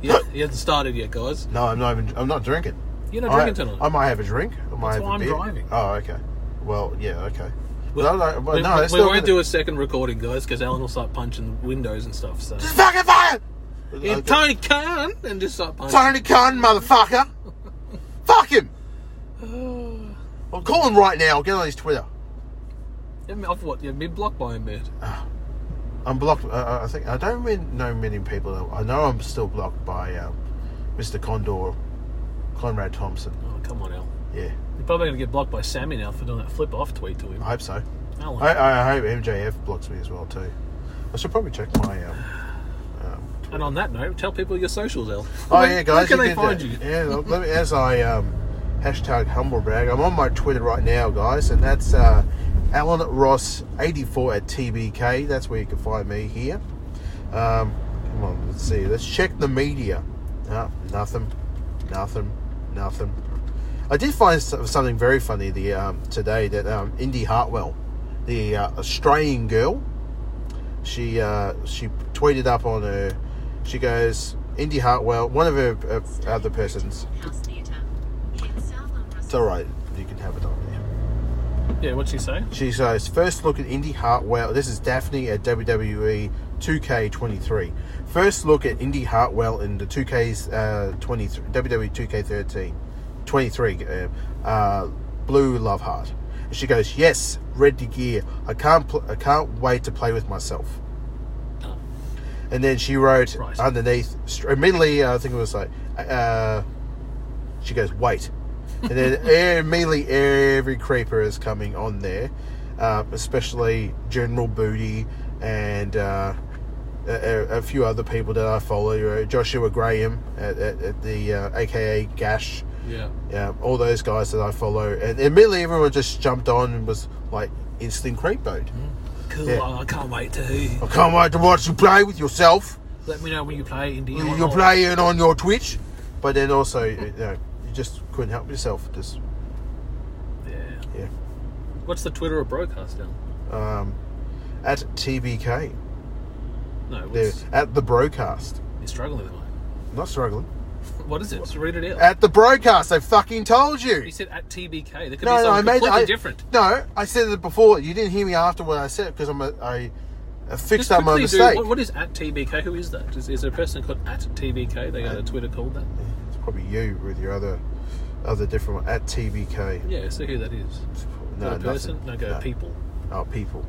Speaker 3: Yeah, you haven't started yet, guys.
Speaker 4: No, I'm not even. I'm not drinking.
Speaker 3: You're not
Speaker 4: I-
Speaker 3: drinking tonight.
Speaker 4: I might have a drink. I might
Speaker 3: That's
Speaker 4: have
Speaker 3: why
Speaker 4: a
Speaker 3: I'm
Speaker 4: beer.
Speaker 3: driving.
Speaker 4: Oh, okay. Well, yeah, okay.
Speaker 3: We-
Speaker 4: Well, no, no, well,
Speaker 3: we,
Speaker 4: no,
Speaker 3: we-
Speaker 4: it's
Speaker 3: we
Speaker 4: not
Speaker 3: won't
Speaker 4: gonna-
Speaker 3: do a second recording, guys, because Alan will start punching windows and stuff. So
Speaker 4: Fucking fire!
Speaker 3: yeah,
Speaker 4: Okay.
Speaker 3: Tony Khan and just start punching.
Speaker 4: Tony Khan, motherfucker! Fuck him! I'll call him right now. I'll get on his Twitter.
Speaker 3: Yeah, I've what? You've been blocked by him, man.
Speaker 4: I'm blocked. Uh, I think I don't mean, know many people. I know I'm still blocked by um, Mr. Condor, Conrad Thompson.
Speaker 3: Oh, come on, Al.
Speaker 4: Yeah,
Speaker 3: You're probably going to get blocked by Sammy now for doing that flip off tweet to him.
Speaker 4: I hope so.
Speaker 3: Alan.
Speaker 4: I, I hope MJF blocks me as well too. I should probably check my. Um,
Speaker 3: And on that note, tell people your socials, El.
Speaker 4: Oh yeah,
Speaker 3: Where
Speaker 4: guys!
Speaker 3: can
Speaker 4: you
Speaker 3: they
Speaker 4: did
Speaker 3: find
Speaker 4: that.
Speaker 3: you?
Speaker 4: Yeah, look, let me, as I um, hashtag humblebrag, I'm on my Twitter right now, guys, and that's uh, Alan Ross 84 at TBK. That's where you can find me here. Um, come on, let's see. Let's check the media. No, nothing, nothing, nothing. I did find so- something very funny the um, today that um, Indy Hartwell, the uh, Australian girl, she uh, she tweeted up on her. She goes, Indy Hartwell, one of her uh, other persons.
Speaker 5: House Theatre. Hit south on
Speaker 4: It's
Speaker 5: Russell.
Speaker 4: all right. You can have it on there.
Speaker 3: Yeah, what'd she say?
Speaker 4: She says, first look at Indy Hartwell. This is Daphne at WWE 2K23. First look at Indy Hartwell in the 2K uh, 23, WWE 2K13, 23, uh, uh, Blue Love Heart. And she goes, yes, red to gear. I can't, pl- I can't wait to play with myself. And then she wrote
Speaker 3: Right.
Speaker 4: underneath, str- immediately, uh, I think it was like, uh, she goes, wait. And then e- immediately every creeper is coming on there, uh, especially General Booty and uh, a, a- a few other people that I follow. uh, Joshua Graham at, at, at the uh, AKA Gash.
Speaker 3: Yeah.
Speaker 4: Yeah, all those guys that I follow. And immediately everyone just jumped on and was like instant creep mode.
Speaker 3: Mm. Cool.
Speaker 4: Yeah.
Speaker 3: I can't wait to.
Speaker 4: I can't wait to watch you play with yourself.
Speaker 3: Let me know when you play Indy. I
Speaker 4: You-
Speaker 3: want
Speaker 4: You're
Speaker 3: more.
Speaker 4: playing on your Twitch. But then also, you know, you just couldn't help yourself. Just,
Speaker 3: Yeah.
Speaker 4: yeah.
Speaker 3: What's the Twitter of broadcast now?
Speaker 4: um, at TBK.
Speaker 3: No,
Speaker 4: They're
Speaker 3: what's,
Speaker 4: at the broadcast.
Speaker 3: you're struggling with mine.
Speaker 4: Not struggling.
Speaker 3: What is it? Just read it out.
Speaker 4: At the broadcast, I fucking told you.
Speaker 3: you said at TBK. There could be
Speaker 4: No, no, I
Speaker 3: something
Speaker 4: made
Speaker 3: completely
Speaker 4: I,
Speaker 3: different.
Speaker 4: No, I said it before. You didn't hear me after what I said because I'm a, I, I fixed
Speaker 3: Just
Speaker 4: up my
Speaker 3: quickly do-
Speaker 4: mistake.
Speaker 3: what, what is at TBK? Who is that? Is, is there a person called at TBK? They got a Twitter called that.
Speaker 4: It's probably you with your other, other different one at TBK.
Speaker 3: Yeah, so who that is?
Speaker 4: No,
Speaker 3: Not a person?
Speaker 4: nothing.
Speaker 3: No, go
Speaker 4: No.
Speaker 3: people.
Speaker 4: Oh, people.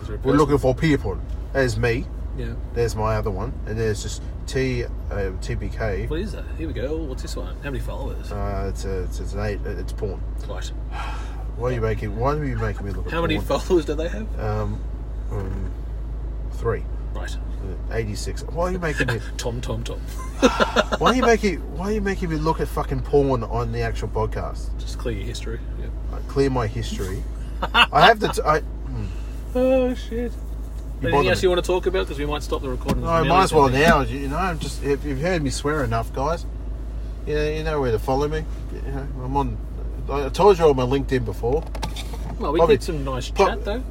Speaker 3: Is there a
Speaker 4: We're
Speaker 3: person?
Speaker 4: looking for people. There's me.
Speaker 3: Yeah.
Speaker 4: There's my other one, and there's just T uh, TBK.
Speaker 3: What is that? Here we go. What's this one? How many followers?
Speaker 4: Uh, it's, a, it's it's an eight. It's porn.
Speaker 3: right.
Speaker 4: Why are you making? Why are you making me look? at
Speaker 3: How many
Speaker 4: porn?
Speaker 3: followers do they have?
Speaker 4: Um, um, three.
Speaker 3: Right.
Speaker 4: Uh, 86. Why are you making me?
Speaker 3: Tom, Tom, Tom.
Speaker 4: Why are you making? Why are you making me look at fucking porn on the actual podcast?
Speaker 3: Just clear your history. Yeah.
Speaker 4: I clear my history. I have the. T- I,
Speaker 3: Oh shit.
Speaker 4: bother
Speaker 3: Anything else
Speaker 4: me.
Speaker 3: you want to talk about? Because we might stop the recording.
Speaker 4: no, I might as well now. You you know, I'm just. If you've heard me swear enough, guys, you know, you know where to follow me. You know, I'm on. I told you on my LinkedIn before.
Speaker 3: Well, we
Speaker 4: Probably-
Speaker 3: did some nice
Speaker 4: prob-
Speaker 3: chat though.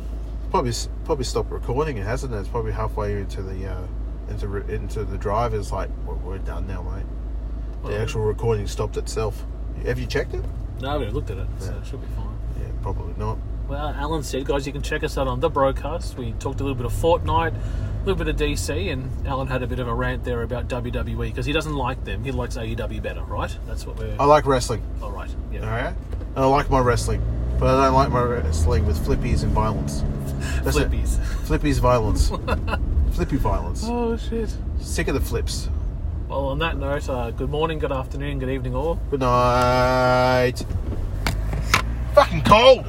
Speaker 4: Probably s- probably stopped recording. It hasn't. It's probably halfway into the uh, into re- into the drive. It's like we're, we're done now, mate. The
Speaker 3: Well-
Speaker 4: actual recording stopped itself. Have you checked it?
Speaker 3: No, we looked at it, so it should be fine.
Speaker 4: Yeah, probably not.
Speaker 3: Well, Alan said, guys, you can check us out on the broadcast. We talked a little bit of Fortnite, a little bit of DC, and Alan had a bit of a rant there about WWE because he doesn't like them. He likes AEW better, right? That's what we're.
Speaker 4: I like wrestling.
Speaker 3: Oh. All right. Yeah.
Speaker 4: All right. And I like my wrestling, but I don't like my wrestling with flippies and violence. That's it.
Speaker 3: Flippies.
Speaker 4: Flippies violence. Flippy violence.
Speaker 3: Oh shit.
Speaker 4: Sick of the flips.
Speaker 3: Well, on that note, uh, good morning, good afternoon, good evening, all.
Speaker 4: Good night. Fucking cold.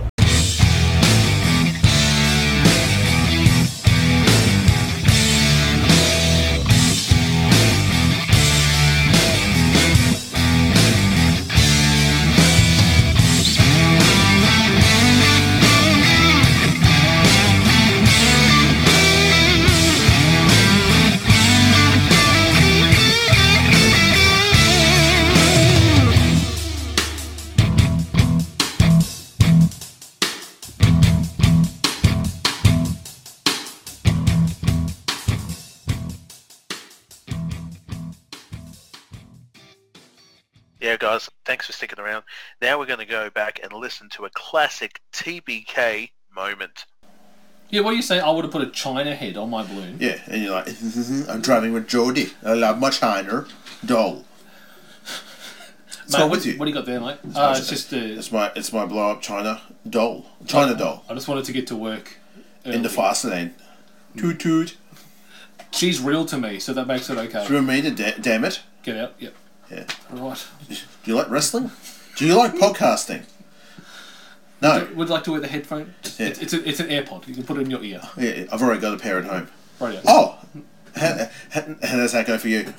Speaker 6: Yeah, guys, thanks for sticking around. Now we're going to go back and listen to a classic TBK moment.
Speaker 3: Yeah, what do you say? I would have put a China head on my balloon.
Speaker 4: Yeah, and you're like, I'm driving with Jody. I love my China doll.
Speaker 3: Mate,
Speaker 4: not
Speaker 3: what,
Speaker 4: with you.
Speaker 3: what do you got there, mate? Uh, it's just a.
Speaker 4: my it's my blow up China doll. China doll
Speaker 3: I just wanted to get to work. early.
Speaker 4: fast lane. Toot toot.
Speaker 3: She's real to me, so that makes it okay.
Speaker 4: Through me to da- damn it.
Speaker 3: Get out. Yep.
Speaker 4: Yeah.
Speaker 3: Right.
Speaker 4: Do you like wrestling? Do you like podcasting? No.
Speaker 3: Would you like to wear the headphone?
Speaker 4: Yeah.
Speaker 3: It's, it's, a, it's an AirPod. You can put it in your ear.
Speaker 4: Yeah, I've already got a pair at home.
Speaker 3: Right.
Speaker 4: Oh, how, how, how does that go for you?